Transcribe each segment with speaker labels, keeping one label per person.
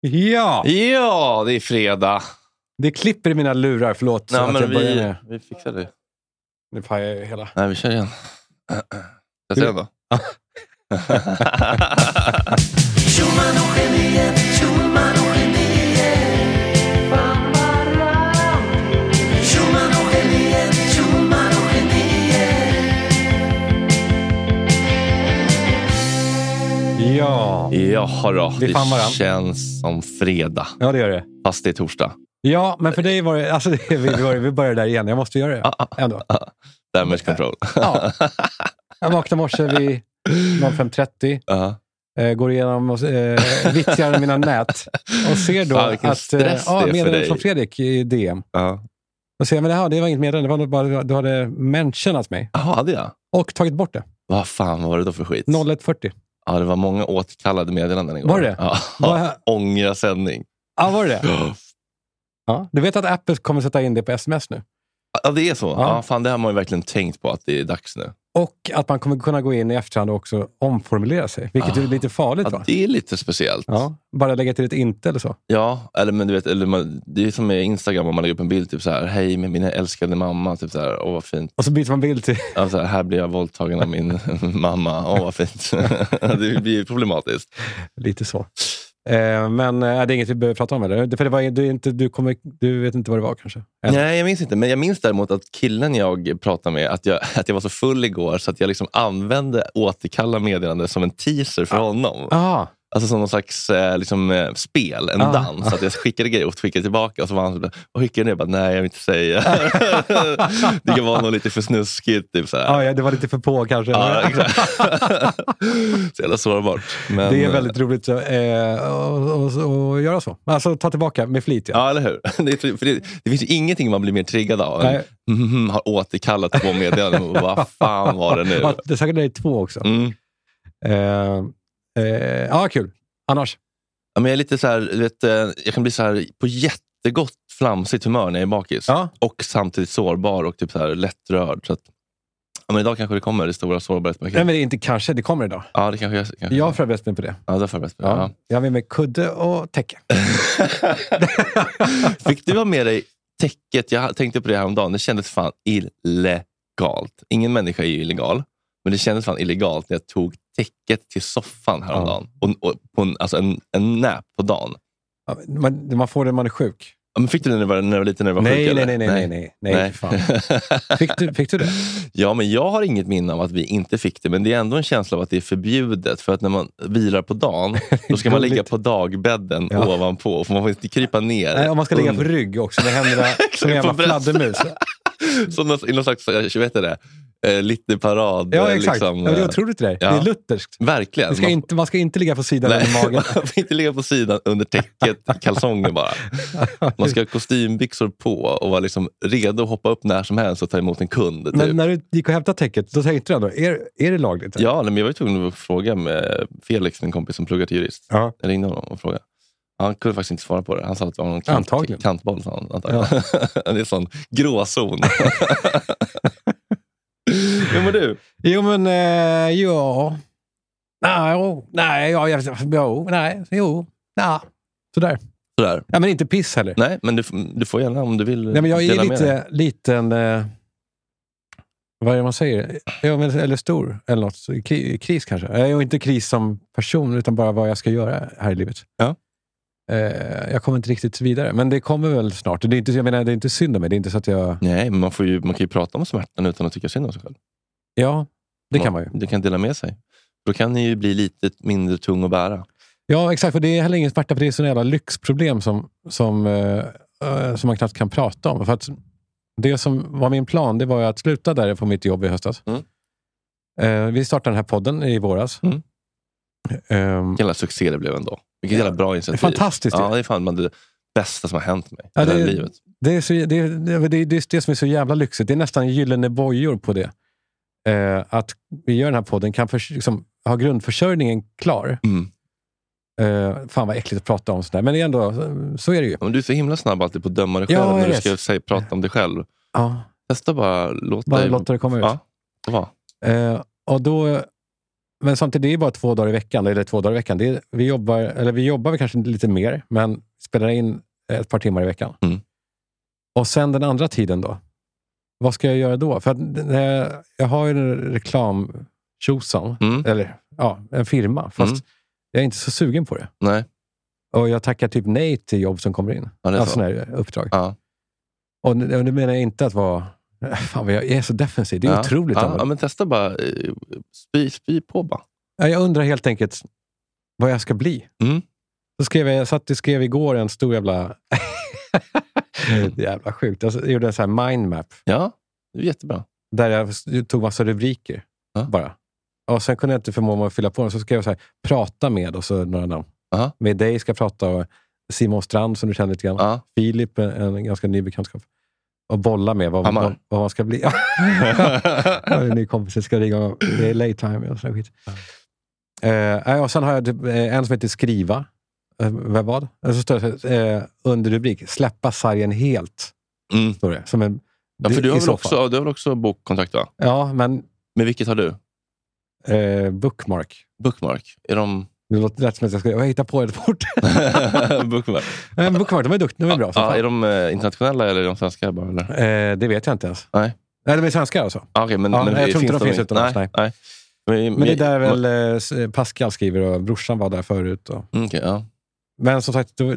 Speaker 1: Ja,
Speaker 2: Ja, det är fredag.
Speaker 1: det klipper i mina lurar. Förlåt.
Speaker 2: Nej,
Speaker 1: att
Speaker 2: men
Speaker 1: jag börjar
Speaker 2: vi,
Speaker 1: med-
Speaker 2: vi fixar det.
Speaker 1: Nu pajar jag ju hela.
Speaker 2: Nej, vi kör igen. Jag ser den då.
Speaker 1: Ja.
Speaker 2: Jaha då,
Speaker 1: Det är fan varann.
Speaker 2: det känns som fredag.
Speaker 1: ja, det gör det.
Speaker 2: Fast det är torsdag.
Speaker 1: Ja, men för dig var det... Alltså, det- vi, var, vi börjar där igen. Jag måste göra det.
Speaker 2: Ah, ah,
Speaker 1: Ändå.
Speaker 2: damage control.
Speaker 1: Ja. Jag vaknade i morse vid 05.30.
Speaker 2: Ja.
Speaker 1: eh, Går igenom och eh, vittjar mina nät och ser då
Speaker 2: Fan, vilken
Speaker 1: att... eh,
Speaker 2: stress det är
Speaker 1: Ja,
Speaker 2: för
Speaker 1: meddelande
Speaker 2: dig.
Speaker 1: från Fredrik i DM.
Speaker 2: Ja.
Speaker 1: Och säger, men det, här, det var inget meddelande. Det var nog bara du hade mentionat mig.
Speaker 2: Jaha, hade jag?
Speaker 1: Och tagit bort det.
Speaker 2: Vad fan var det då för skit?
Speaker 1: 01.40.
Speaker 2: Ja, det var många återkallade meddelanden igår.
Speaker 1: Var det?
Speaker 2: Ja.
Speaker 1: Vad-
Speaker 2: Ångra sändning.
Speaker 1: Ja, var det det ja. Du vet att Apple kommer sätta in det på sms nu?
Speaker 2: Ja, det är så.
Speaker 1: Ja.
Speaker 2: Ja. fan, det har man ju verkligen tänkt på att det är dags nu.
Speaker 1: Och att man kommer kunna gå in i efterhand och också omformulera sig, vilket
Speaker 2: Ah.
Speaker 1: är lite farligt.
Speaker 2: Ja,
Speaker 1: Va?
Speaker 2: det är lite speciellt.
Speaker 1: Ja, bara lägga till ett inte eller så.
Speaker 2: Ja, eller men du vet, eller man, det är som med Instagram om man lägger upp en bild, typ så här, hej med min älskade mamma, typ så här, åh vad fint.
Speaker 1: Och så byter man bild till...
Speaker 2: Ja, så här, här blir jag våldtagen av min mamma, åh vad fint. det blir ju problematiskt.
Speaker 1: Lite så. Eh, men eh, det är inget vi behöver prata om, eller? Det- För det var, du, är inte, du, kommer, du vet inte vad det var kanske? Än.
Speaker 2: Nej, jag minns inte, men jag minns däremot att killen jag pratade med, att jag, att jag var så full igår så att jag liksom använde återkalla meddelande som en teaser för honom.
Speaker 1: Ah,
Speaker 2: Alltså som någon slags eh, liksom, eh, spel, en
Speaker 1: Ah.
Speaker 2: dans. Att jag skickade grejer och skickade tillbaka och så var han sådär, och skickade det? Jag bara, nej jag vill inte säga. det kan vara något lite för snuskigt. Typ, såhär.
Speaker 1: ah, ja, det var lite för på kanske.
Speaker 2: Ja, exakt. så jävla sårbart. Men,
Speaker 1: det är väldigt roligt så, eh, att och, och göra så. Alltså ta tillbaka med flit. Ja.
Speaker 2: Ja, eller hur? Det, är- för det, det finns ju ingenting man blir mer triggad av än
Speaker 1: Nej.
Speaker 2: mm, har återkallat två meddelanden. och Vad fan var det nu?
Speaker 1: Ja, det är säkert det är två också.
Speaker 2: Mm.
Speaker 1: Eh, eh, ja, kul. Annars?
Speaker 2: Ja, men jag, är lite så här, du vet, eh, jag kan bli så här på jättegott flamsigt humör när jag är bakis.
Speaker 1: Ja.
Speaker 2: Och samtidigt sårbar och typ så här lättrörd. Så att, ja, men idag kanske det kommer, det stora
Speaker 1: Nej,
Speaker 2: sårbarhetsmärket.
Speaker 1: men det är inte kanske. Det kommer idag.
Speaker 2: Ja, det kanske jag... Kanske.
Speaker 1: Jag har förberett mig på det.
Speaker 2: Ja, det får jag bäst.
Speaker 1: Ja.
Speaker 2: Ja.
Speaker 1: Jag har med mig kudde och täcke.
Speaker 2: Fick du ha med dig täcket? Jag tänkte på det häromdagen. Det kändes fan illegalt. Ingen människa är ju illegal, men det kändes fan illegalt när jag tog täcket till soffan häromdagen. Och, och, på en, alltså en, en nap på dagen.
Speaker 1: Ja, men Man, man får det när man är sjuk.
Speaker 2: Ja, Men fick du det när du var, när du var liten? När du var
Speaker 1: Nej,
Speaker 2: sjuk,
Speaker 1: nej,
Speaker 2: eller?
Speaker 1: nej, nej, nej, nej, nej, fan. Fick du, fick du det?
Speaker 2: ja, men jag har inget minne av att vi inte fick det, men det är ändå en känsla av att det är förbjudet. För att när man vilar på dagen, då ska man ligga
Speaker 1: Gulligt.
Speaker 2: på dagbädden
Speaker 1: Ja.
Speaker 2: ovanpå. För man får inte krypa ner.
Speaker 1: Nej, om man ska ligga på
Speaker 2: under-
Speaker 1: rygg också med händerna som en
Speaker 2: på
Speaker 1: jävla
Speaker 2: bröstet.
Speaker 1: fladdermus.
Speaker 2: Som någon, i någon slags, jag vet inte det, eh, lite parad.
Speaker 1: Ja,
Speaker 2: eh,
Speaker 1: exakt.
Speaker 2: liksom,
Speaker 1: ja, men det är
Speaker 2: eh,
Speaker 1: otroligt det där.
Speaker 2: ja.
Speaker 1: Det är lutherskt.
Speaker 2: Verkligen.
Speaker 1: Man ska,
Speaker 2: Man-
Speaker 1: inte, man ska inte ligga på sidan
Speaker 2: Nej, Typ.
Speaker 1: under magen.
Speaker 2: man får inte ligga på sidan under täcket, i kalsonger bara. Man ska ha kostymbyxor på och vara liksom redo att hoppa upp när som helst och ta emot en kund. Typ.
Speaker 1: Men eh, när du gick och hämtade täcket, då tänkte du ändå, är, är det lagligt?
Speaker 2: Ja, nej, men jag var ju tvungen att fråga med Felix, min kompis som pluggar till jurist.
Speaker 1: Ja.
Speaker 2: Jag ringde honom och frågade. Han kunde faktiskt inte svara på det. Han sa att det var någon kant,
Speaker 1: Antagligen.
Speaker 2: kantboll. Sa han, antagligen. det är en sån gråzon. Hur mår du?
Speaker 1: Jo, men eh, ja... Nej, jo, nej, ja, jag, jo, nej, jo, nej. Sådär.
Speaker 2: Sådär.
Speaker 1: Ja, men inte piss heller.
Speaker 2: Nej, men du, f- du får gärna om du vill
Speaker 1: Nej, men jag är
Speaker 2: dela med dig.
Speaker 1: lite, liten... Eh, Vad är det man säger? Ja, men, eller stor, eller något. Så Kri, kris kanske. Eh, Och inte kris som person, utan bara vad jag ska göra här i livet.
Speaker 2: Ja.
Speaker 1: Eh, jag kommer inte riktigt vidare, men det kommer väl snart. Det är inte, jag menar, det är inte synd om mig. Det är inte så att jag...
Speaker 2: Nej, men man, får ju, man kan ju prata om smärtan utan att tycka synd om sig själv.
Speaker 1: Ja, det kan man ju.
Speaker 2: Det kan dela med sig. Då kan ni ju bli lite mindre tung att bära.
Speaker 1: Ja, exakt. Och det är heller ingen smärta, för det är sådana jävla lyxproblem som, som, eh, eh, som man knappt kan prata om. För att det som var min plan det var ju att sluta där på mitt jobb i höstas.
Speaker 2: Mm.
Speaker 1: Eh, vi startade den här podden i våras.
Speaker 2: Mm.
Speaker 1: Ehm,
Speaker 2: Vilken jävla succé det blev ändå. Vilket jävla bra
Speaker 1: det är
Speaker 2: initiativ.
Speaker 1: fantastiskt.
Speaker 2: Ja,
Speaker 1: ju.
Speaker 2: det är fan bland det bästa som har hänt mig
Speaker 1: Ja,
Speaker 2: i det här
Speaker 1: det-
Speaker 2: livet.
Speaker 1: Det, är så, det, det, det är just det som är så jävla lyxigt. Det är nästan gyllene bojor på det. Eh, att vi gör den här podden, kan förs- liksom, ha grundförsörjningen klar.
Speaker 2: Mm.
Speaker 1: Eh, fan vad äckligt att prata om sådär, men det är ändå, så- så är det ju.
Speaker 2: Ja, Men du är så himla snabb alltid på att döma dig
Speaker 1: Ja,
Speaker 2: själv
Speaker 1: jag
Speaker 2: när du
Speaker 1: vet.
Speaker 2: ska säga, prata om dig själv.
Speaker 1: Ja,
Speaker 2: Testa bara, låt
Speaker 1: bara
Speaker 2: dig...
Speaker 1: låta det komma ut.
Speaker 2: Ja, det var.
Speaker 1: Eh, och då, men samtidigt, det är bara två dagar i veckan. Eller två dagar i veckan. Det är, vi, jobbar, eller vi jobbar väl kanske lite mer, men spelar in ett par timmar i veckan.
Speaker 2: Mm.
Speaker 1: Och sen den andra tiden då? Vad ska jag göra då? För att, när jag, jag har ju en reklam
Speaker 2: Mm.
Speaker 1: eller ja, en firma, fast
Speaker 2: Mm.
Speaker 1: jag är inte så sugen på det.
Speaker 2: Nej,
Speaker 1: Och jag tackar typ nej till jobb som kommer in.
Speaker 2: ja, det är
Speaker 1: alltså
Speaker 2: så.
Speaker 1: sådana här uppdrag.
Speaker 2: Ja.
Speaker 1: Och nu och nu menar jag inte att vara... Fan vad jag är så defensiv. Det är
Speaker 2: ja.
Speaker 1: otroligt av
Speaker 2: Ja,
Speaker 1: mig.
Speaker 2: ja, men testa bara. eh, Spy, spy på bara.
Speaker 1: Ja, Jag undrar helt enkelt vad jag ska bli.
Speaker 2: Mm.
Speaker 1: Så skrev jag, jag satt och skrev igår en stor jävla... jävla sjukt. Alltså, jag gjorde en sån här mindmap
Speaker 2: Ja, det är jättebra.
Speaker 1: där jag s- tog massa rubriker
Speaker 2: Ja.
Speaker 1: bara. Och sen kunde jag inte förmå mig att fylla på den, så skrev jag så här, prata med och så några namn.
Speaker 2: Ja.
Speaker 1: Med dig ska jag prata och Simon Strand som du känner lite grann.
Speaker 2: Ja.
Speaker 1: Filip, en, en ganska ny bekantskap. Och bolla med vad,
Speaker 2: Hammar.
Speaker 1: vad, vad man ska bli. Jag har en ny kompis som ska ringa och det är late time och sån skit. Eh, och sen har jag typ, eh, en som heter Skriva. Eh, vad vad? Och så står det så här, eh, under rubrik Släppa sargen helt.
Speaker 2: Mm.
Speaker 1: Står det. Som en,
Speaker 2: Ja, för du
Speaker 1: i
Speaker 2: har, väl
Speaker 1: så
Speaker 2: också,
Speaker 1: fall.
Speaker 2: ja, du har väl också bokkontakt? Va?
Speaker 1: Ja, men
Speaker 2: Men vilket har du?
Speaker 1: eh, bookmark.
Speaker 2: Bookmark? Är de...
Speaker 1: Det låter lätt som att jag ska jag hitta på ett fort.
Speaker 2: bookmark?
Speaker 1: men bookmark, de är duktiga. De är bra. som
Speaker 2: ja,
Speaker 1: fan.
Speaker 2: är de eh, internationella eller är de svenska? Bara, eller?
Speaker 1: Eh, det vet jag inte ens.
Speaker 2: Nej.
Speaker 1: Nej, de är svenskar alltså.
Speaker 2: Ah, okej, men,
Speaker 1: Ja,
Speaker 2: men
Speaker 1: nej, jag tror inte de finns utomlands,
Speaker 2: Nej, nej. Men,
Speaker 1: Men det är där väl eh, s- Pascal skriver och brorsan var där förut. Och.
Speaker 2: Mm, okej, ja.
Speaker 1: Men som sagt, då,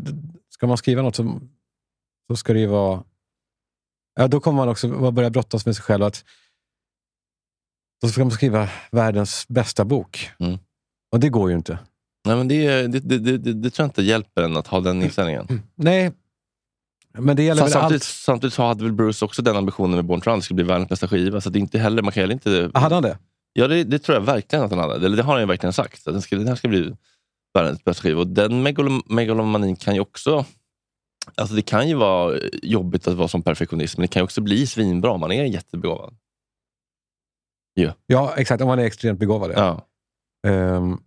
Speaker 1: ska man skriva något så, så ska det ju vara... Ja, då kommer man också man börja brottas med sig själv. att Då ska man skriva världens bästa bok.
Speaker 2: Mm.
Speaker 1: Och det går ju inte.
Speaker 2: Nej, men det, är- det, det, det, det, det tror jag inte hjälper en att ha den inställningen.
Speaker 1: Nej, men det gäller
Speaker 2: Fast
Speaker 1: Mm. väl
Speaker 2: samtidigt,
Speaker 1: allt.
Speaker 2: samtidigt så hade väl Bruce också den ambitionen med Born to Run, skulle bli världens bästa skiva. Så det är inte heller, man kan heller inte...
Speaker 1: Ah, Hade han det?
Speaker 2: Ja, det, det tror jag verkligen att han hade. Eller det har han ju verkligen sagt. Att den, ska, den här ska bli världens bästa skiva. Och den megalom, megalomanin kan ju också... Alltså det kan ju vara jobbigt att vara som perfektionist, men det kan ju också bli svinbra om man är jättebegåvad.
Speaker 1: Ja, exakt. Om man är extremt begåvad. Ja.
Speaker 2: Ja,
Speaker 1: Ehm,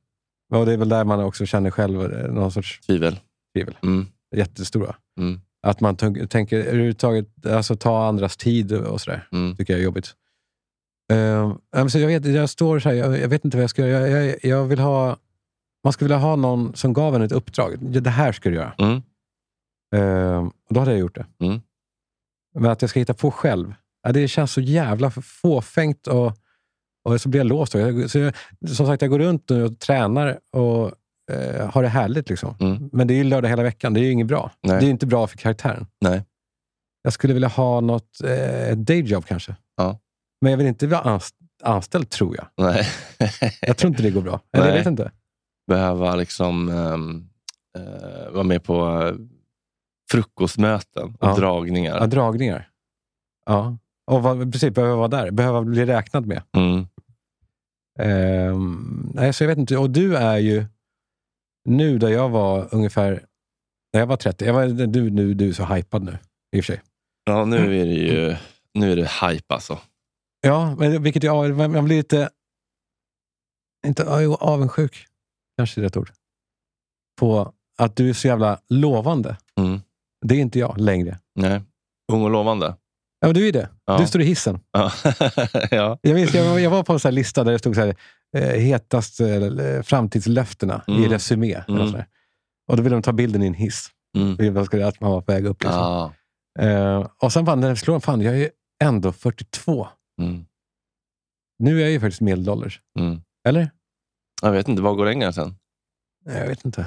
Speaker 1: och det är väl där man också känner själv eh, någon sorts
Speaker 2: tvivel.
Speaker 1: tvivel.
Speaker 2: Mm.
Speaker 1: Jättestora.
Speaker 2: Mm.
Speaker 1: Att man tunk- tänker överhuvudtaget, alltså ta andras tid och sådär.
Speaker 2: Mm.
Speaker 1: tycker jag är jobbigt. Ehm, ja, men så jag, vet, jag står så här, jag, jag vet inte vad jag ska göra. Jag, jag, jag vill ha, man skulle vilja ha någon som gav en ett uppdrag. Ja, Det här ska du göra.
Speaker 2: Mm.
Speaker 1: Ehm, och då hade jag gjort det.
Speaker 2: Mm.
Speaker 1: Men att jag ska hitta på själv, ja, det känns så jävla fåfängt. Och, och så blir jag låst. då. Jag, så jag, som sagt, jag går runt nu och tränar och eh, har det härligt. Liksom.
Speaker 2: Mm.
Speaker 1: Men det är ju lördag hela veckan. Det är ju inget bra.
Speaker 2: Nej.
Speaker 1: Det är ju inte bra för karaktären.
Speaker 2: Nej.
Speaker 1: Jag skulle vilja ha något eh, dayjob kanske.
Speaker 2: Ja.
Speaker 1: Men jag vill inte vara anst- anställd, tror jag.
Speaker 2: Nej.
Speaker 1: Jag tror inte det går bra. Eller jag
Speaker 2: Nej.
Speaker 1: vet inte.
Speaker 2: Behöva liksom ehm, eh, vara med på eh, frukostmöten och
Speaker 1: Ja.
Speaker 2: dragningar.
Speaker 1: Ja, dragningar. Ja. Och vad, precis, behöva vara där. Behöva bli räknad med.
Speaker 2: Mm.
Speaker 1: Ehm, nej, så jag vet inte. Och du är ju nu där jag var ungefär... När jag var 30. Jag var, du, nu, du är så hypad nu, i och för sig.
Speaker 2: Ja, nu är det ju Mm. nu är det hype alltså.
Speaker 1: Ja, men vilket jag, jag blir lite... Inte ja, jo, avundsjuk, kanske är rätt ord. På att du är så jävla lovande.
Speaker 2: Mm.
Speaker 1: Det är inte jag längre.
Speaker 2: Nej. Ung och lovande.
Speaker 1: Ja, men du är det.
Speaker 2: Ja.
Speaker 1: Du står i hissen.
Speaker 2: Ja. ja.
Speaker 1: Jag, minns, jag, var- jag var på en sån här lista där det stod så här, eh, hetast eh, framtidslöftena i
Speaker 2: Mm.
Speaker 1: Resumé. eller
Speaker 2: Mm.
Speaker 1: sån där. Och då ville de ta bilden i en hiss.
Speaker 2: Mm.
Speaker 1: Vad skulle det- Att man var på väg upp. Liksom.
Speaker 2: Ja.
Speaker 1: Eh, och sen fan, när jag slår, fan, jag är ju ändå 42.
Speaker 2: Mm.
Speaker 1: Nu är jag ju faktiskt medelålders.
Speaker 2: Mm.
Speaker 1: Eller?
Speaker 2: Jag vet inte, var går den gränsen?
Speaker 1: Nej, jag vet inte.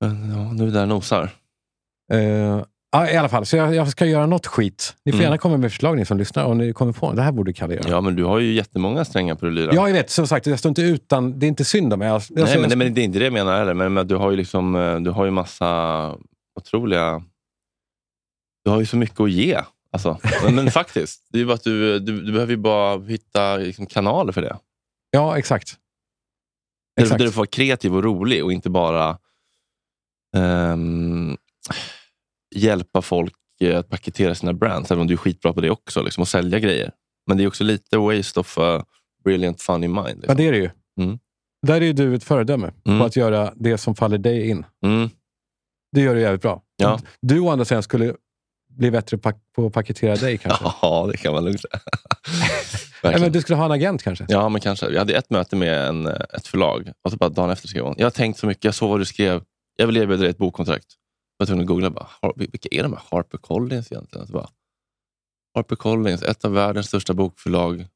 Speaker 2: Men, Ja, nu är vi där och nosar.
Speaker 1: Eh, ja, I alla fall, så jag, jag ska göra något skit. Ni får
Speaker 2: Mm.
Speaker 1: gärna komma med förslag ni som lyssnar. Om ni kommer på det här borde Kalle göra.
Speaker 2: Ja, men du har ju jättemånga strängar på det lyra.
Speaker 1: Ja, jag vet. Som sagt, jag står inte utan... Det är inte synd om mig. Jag, jag,
Speaker 2: nej, men,
Speaker 1: jag,
Speaker 2: nej, men det är inte det jag menar heller. Men, men du har ju liksom, eh, du har ju massa otroliga... Du har ju så mycket att ge. Alltså. Men, men faktiskt, det är ju bara att du, du, du behöver ju bara hitta liksom, kanaler för det.
Speaker 1: Ja, exakt.
Speaker 2: Där, du-
Speaker 1: Exakt.
Speaker 2: där du får vara kreativ och rolig och inte bara ehm, hjälpa folk eh, att paketera sina brands, även om du är skitbra på det också, liksom, och sälja grejer. Men det är också lite waste of a brilliant funny mind.
Speaker 1: Ja,
Speaker 2: Liksom.
Speaker 1: det är det ju.
Speaker 2: Mm.
Speaker 1: Där är ju du ett föredöme
Speaker 2: Mm.
Speaker 1: på att göra det som faller dig in.
Speaker 2: Mm.
Speaker 1: Det gör du jävligt bra.
Speaker 2: Ja.
Speaker 1: Du å andra sidan skulle bli bättre pa- på att paketera dig kanske.
Speaker 2: Ja, det kan man lugnt säga.
Speaker 1: Nej,
Speaker 2: Verkligen.
Speaker 1: men du skulle ha en agent kanske?
Speaker 2: Ja, men kanske. Jag hade ett möte med en, eh, ett förlag och så bara dagen efter skrev hon. Jag har tänkt så mycket. Jag såg vad du skrev. Jag vill erbjuda dig ett bokkontrakt. Jag var tvungen att googla. Bara, Har- vilka är de här Harper Collins egentligen? Så bara, Harper Collins, ett av världens största bokförlag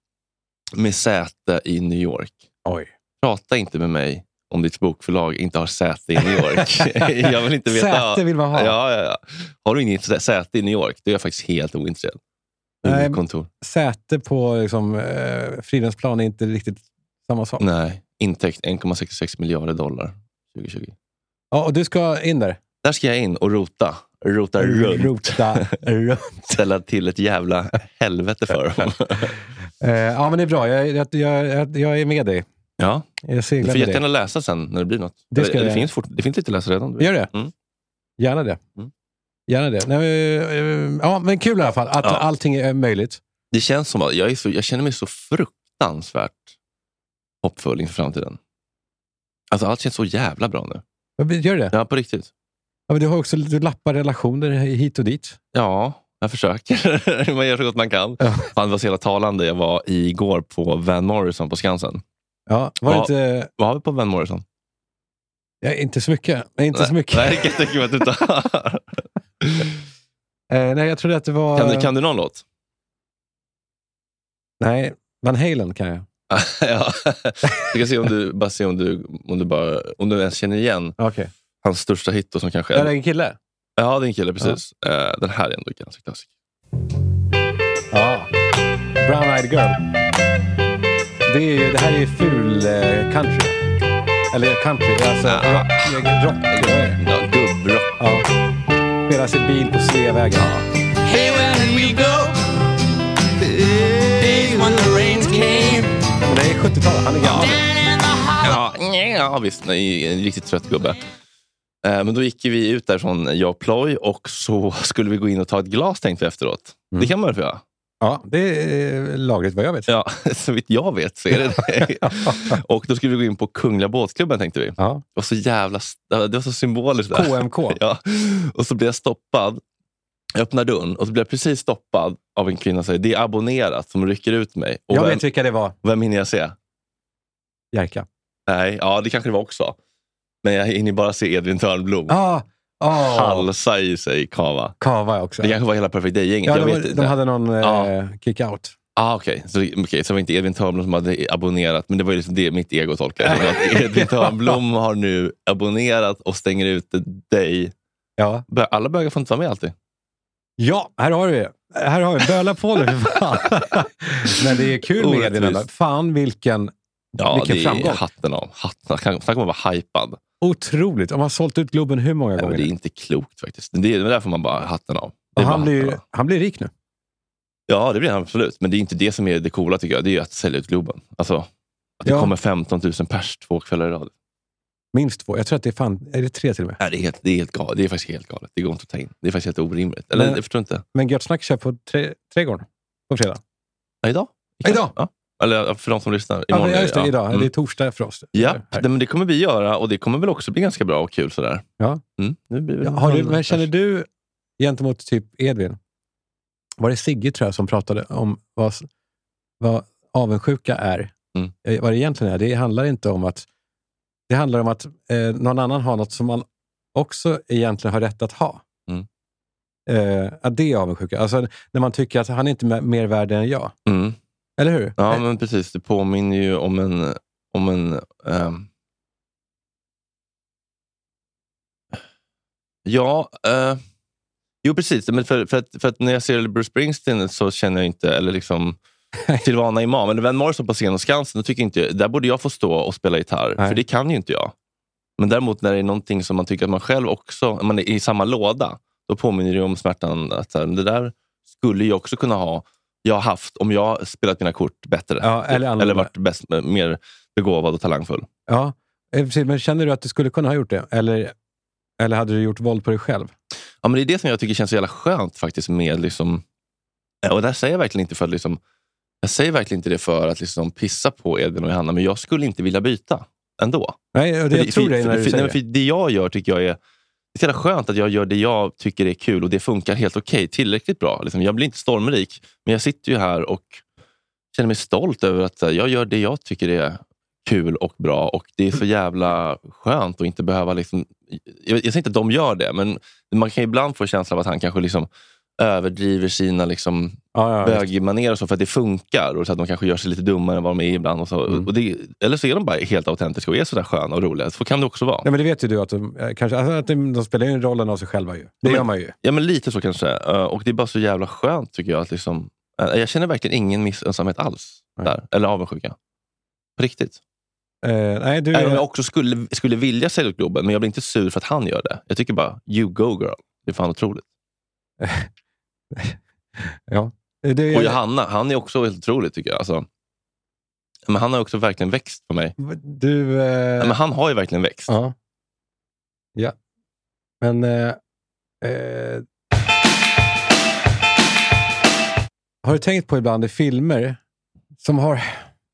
Speaker 2: med säte i New York.
Speaker 1: Oj.
Speaker 2: Prata inte med mig om ditt bokförlag inte har säte i New York. jag vill inte veta.
Speaker 1: Säte vill man ha.
Speaker 2: Ja, ja, ja. Har du inget sä- säte i New York, då är jag faktiskt helt ointresserad.
Speaker 1: Nej, men-
Speaker 2: Huvudkontor.
Speaker 1: Säte på liksom, eh, Fridhems plan är inte riktigt samma sak.
Speaker 2: Nej, intäkt 1,66 miljarder dollar 2020.
Speaker 1: Ja, och du ska in där.
Speaker 2: Där ska jag in och rota. Rota runt.
Speaker 1: Rota runt.
Speaker 2: Ställa till ett jävla helvete för dem.
Speaker 1: Eh, ja, men det är bra. Jag, jag, jag, jag, jag är med dig.
Speaker 2: Ja,
Speaker 1: Jag
Speaker 2: du
Speaker 1: seglar
Speaker 2: får
Speaker 1: med dig.
Speaker 2: jättegärna läsa sen när det blir något.
Speaker 1: Det ska
Speaker 2: Eller-
Speaker 1: jag
Speaker 2: det,
Speaker 1: göra.
Speaker 2: finns fort, det finns lite att läsa redan. du vet.
Speaker 1: Gör det?
Speaker 2: Mm.
Speaker 1: Gärna det.
Speaker 2: Mm.
Speaker 1: Gärna det. Nej, eh, eh, ja, men kul i alla fall att
Speaker 2: Ja.
Speaker 1: allting är möjligt.
Speaker 2: Det känns som att jag, är så, jag känner mig så fruktansvärt hoppfull inför framtiden. Alltså, allt känns så jävla bra nu.
Speaker 1: Ja, men Gör det?
Speaker 2: Ja, på riktigt.
Speaker 1: Ja, men du, har också, du lappar relationer hit och dit.
Speaker 2: Ja, jag försöker. man gör så gott man kan.
Speaker 1: Ja.
Speaker 2: Fan, det var så jävla talande. Jag var igår på Van Morrison på Skansen.
Speaker 1: Ja, var det
Speaker 2: Ja.
Speaker 1: Inte,
Speaker 2: Vad har vi på Van Morrison?
Speaker 1: ja, inte så mycket. Nej, inte
Speaker 2: nej,
Speaker 1: så mycket.
Speaker 2: Nej, det kan jag tänka mig att du inte har.
Speaker 1: Eh, nej, jag trodde att det var...
Speaker 2: Kan du, kan du någon låt?
Speaker 1: Nej, Van Halen kan jag.
Speaker 2: ja. Du kan se om du, bara se om du, om du, bara, om du ens känner igen
Speaker 1: Okej.
Speaker 2: hans största hit. Då, som kanske
Speaker 1: Är det
Speaker 2: är,
Speaker 1: en kille?
Speaker 2: ja, det är en kille. Precis. Eh, den här är ändå ganska klassisk.
Speaker 1: Ja. Brown Eyed Girl. Det, är, ju- det här är ju ful eh, country. Eller country, alltså
Speaker 2: Ja.
Speaker 1: rock. rock vad är det?
Speaker 2: Ja, Gubbrock.
Speaker 1: ja. Spelar sin bil på Sveavägen.
Speaker 3: Hey, where did we go? Days when the rains came.
Speaker 1: Men det är 70-tal, han är gammal.
Speaker 2: Ja, ja, visst. Nej, en riktigt trött gubbe. Eh, men då gick ju vi ut därifrån, jag och Ploy, och så skulle vi gå in och ta ett glas tänkte vi efteråt.
Speaker 1: Mm.
Speaker 2: Det kan man få göra.
Speaker 1: Ja, det är eh, lagligt vad jag vet.
Speaker 2: Ja, så vitt jag vet så är det det. och då skulle vi gå in på Kungliga båtklubben tänkte vi.
Speaker 1: Ja.
Speaker 2: Det var så jävla... Det var så symboliskt. där.
Speaker 1: KMK.
Speaker 2: Ja. Och så blev jag stoppad. Jag öppnar dörren och så blev jag precis stoppad av en kvinna som säger det är abonnerat som rycker ut mig. Och
Speaker 1: Jag
Speaker 2: vem,
Speaker 1: vet vilka det var.
Speaker 2: vem hinner jag se?
Speaker 1: Jerka.
Speaker 2: Nej, ja det kanske det var också. Men jag hinner bara se Edvin Törnblom
Speaker 1: Ah, ah,
Speaker 2: halsa i sig kava.
Speaker 1: Kava också.
Speaker 2: Det kanske var hela Perfect Day-gänget.
Speaker 1: Ja,
Speaker 2: jag
Speaker 1: de,
Speaker 2: vet
Speaker 1: var,
Speaker 2: inte.
Speaker 1: de hade någon eh,
Speaker 2: Ja.
Speaker 1: kick-out.
Speaker 2: Ah, Okej, så, okay. så det var inte Edvin Törnblom som hade abonnerat, men det var ju liksom det mitt ego tolkade. Jag tänkte att Edvin Törnblom har nu abonnerat och stänger ut dig.
Speaker 1: Ja.
Speaker 2: Bö- Alla bögar får inte vara med alltid.
Speaker 1: ja, här har vi Här har vi. Böla på nu för fan. Men det är kul med
Speaker 2: Orättvist.
Speaker 1: Edvin. ändå. Fan vilken,
Speaker 2: Ja,
Speaker 1: vilken
Speaker 2: det är
Speaker 1: framgång.
Speaker 2: hatten av. Hatten. Snacka om att vara hypad.
Speaker 1: Otroligt. De har sålt ut Globen hur många
Speaker 2: Nej,
Speaker 1: gånger?
Speaker 2: men det är
Speaker 1: nu?
Speaker 2: inte klokt faktiskt. Det är det är därför man bara hatten av. Det
Speaker 1: Och
Speaker 2: är bara
Speaker 1: han, blir,
Speaker 2: hatten
Speaker 1: ju-
Speaker 2: av.
Speaker 1: han blir rik nu.
Speaker 2: Ja, det blir han absolut. Men det är inte det som är det coola tycker jag. Det är ju att sälja ut Globen. Alltså, att det
Speaker 1: Ja.
Speaker 2: kommer 15 000 pers två kvällar i rad.
Speaker 1: Minst två. Jag tror att det är, fan, är det tre till och med.
Speaker 2: Nej, det, är helt, det, är helt galet. det är faktiskt helt galet. Det går inte att ta in. Det är faktiskt helt orimligt. Eller,
Speaker 1: Men-
Speaker 2: jag förstår inte.
Speaker 1: Men Gert Snack kör på tre, Trädgården på fredag.
Speaker 2: Ja, idag?
Speaker 1: Idag.
Speaker 2: Ja. Eller ja, för de som lyssnar.
Speaker 1: Ja,
Speaker 2: Imorgon
Speaker 1: ja, just det,
Speaker 2: ja.
Speaker 1: idag. Det är
Speaker 2: Mm.
Speaker 1: torsdag för oss.
Speaker 2: Ja,
Speaker 1: Här.
Speaker 2: det, men det kommer vi göra och det kommer väl också bli ganska bra och kul. Sådär.
Speaker 1: Ja.
Speaker 2: Mm. Nu blir det
Speaker 1: Ja, har du, men känner du gentemot typ Edvin, var det Sigge tror jag som pratade om vad, vad avundsjuka är?
Speaker 2: Mm.
Speaker 1: Eh, Vad det egentligen är. Det handlar inte om att det handlar om att eh, någon annan har något som man också egentligen har rätt att ha.
Speaker 2: Mm.
Speaker 1: Eh, att det är avundsjuka. Alltså, när man tycker att han är inte är mer värd än jag.
Speaker 2: Mm.
Speaker 1: Eller hur?
Speaker 2: Ja, men precis. Det påminner ju om en... Om en ehm, Ja, eh, jo precis. Men för, för, att, för att när jag ser Bruce Springsteen så känner jag inte, eller liksom Silvana Imam, eller Van Morrison på scen och Skansen, då tycker jag inte, där borde jag få stå och spela gitarr.
Speaker 1: Nej.
Speaker 2: För det kan ju inte jag. Men däremot när det är någonting som man tycker att man själv också, man är i samma låda, då påminner det om smärtan. Att så här, det där skulle jag också kunna ha jag har haft om jag spelat mina kort bättre.
Speaker 1: Ja, eller annorlunda.
Speaker 2: eller varit bäst, eh, mer begåvad och talangfull.
Speaker 1: Ja, eh, precis. Men känner du att du skulle kunna ha gjort det? Eller, eller hade du gjort våld på dig själv?
Speaker 2: Ja, men det är det som jag tycker känns så jävla skönt faktiskt med... Liksom, eh, och det här säger jag verkligen inte för att liksom, jag säger verkligen inte det för att liksom pissa på Edvin och Johanna, men jag skulle inte vilja byta ändå.
Speaker 1: Nej, och det, jag
Speaker 2: För-
Speaker 1: tror
Speaker 2: för-
Speaker 1: dig när
Speaker 2: för-
Speaker 1: du
Speaker 2: för-
Speaker 1: säger
Speaker 2: nej, men
Speaker 1: det.
Speaker 2: för Det jag gör tycker jag är... Det är så jävla skönt att jag gör det jag tycker är kul och det funkar helt okej. tillräckligt bra. Liksom, jag blir inte stormrik, men jag sitter ju här och känner mig stolt över att så här, jag gör det jag tycker är kul och bra. Och Det är så jävla skönt att inte behöva... Liksom, jag, jag säger inte att de gör det, men man kan ibland få känslan av att han kanske liksom överdriver sina liksom,
Speaker 1: Ja, ja,
Speaker 2: bögmanér och så för att det funkar. Och så att de kanske gör sig lite dummare än vad de är ibland. Och så.
Speaker 1: Mm.
Speaker 2: Och det, eller så är de bara helt autentiska och är sådär sköna och roliga. Så kan det också vara.
Speaker 1: Nej, men det vet ju du att de, eh, kanske, alltså, att de, de spelar in rollen av sig själva. ju. Det
Speaker 2: Men-
Speaker 1: gör man ju.
Speaker 2: Ja, men lite så kanske. Eh, Och det är bara så jävla skönt tycker jag. att liksom, eh, Jag känner verkligen ingen missunnsamhet alls.
Speaker 1: Nej.
Speaker 2: Där, eller avundsjuka. På riktigt.
Speaker 1: Eh, nej, du,
Speaker 2: Även om
Speaker 1: är-
Speaker 2: jag också skulle, skulle vilja sälja ut Globen, men jag blir inte sur för att han gör det. Jag tycker bara, you go girl. Det är fan otroligt.
Speaker 1: ja. Eh, du,
Speaker 2: Och Johanna, han är också helt otrolig tycker jag. Alltså, men han har också verkligen växt på mig.
Speaker 1: du, eh,
Speaker 2: Men han har ju verkligen växt.
Speaker 1: Ja. Ja. Men... Eh, eh, har du tänkt på ibland i filmer som har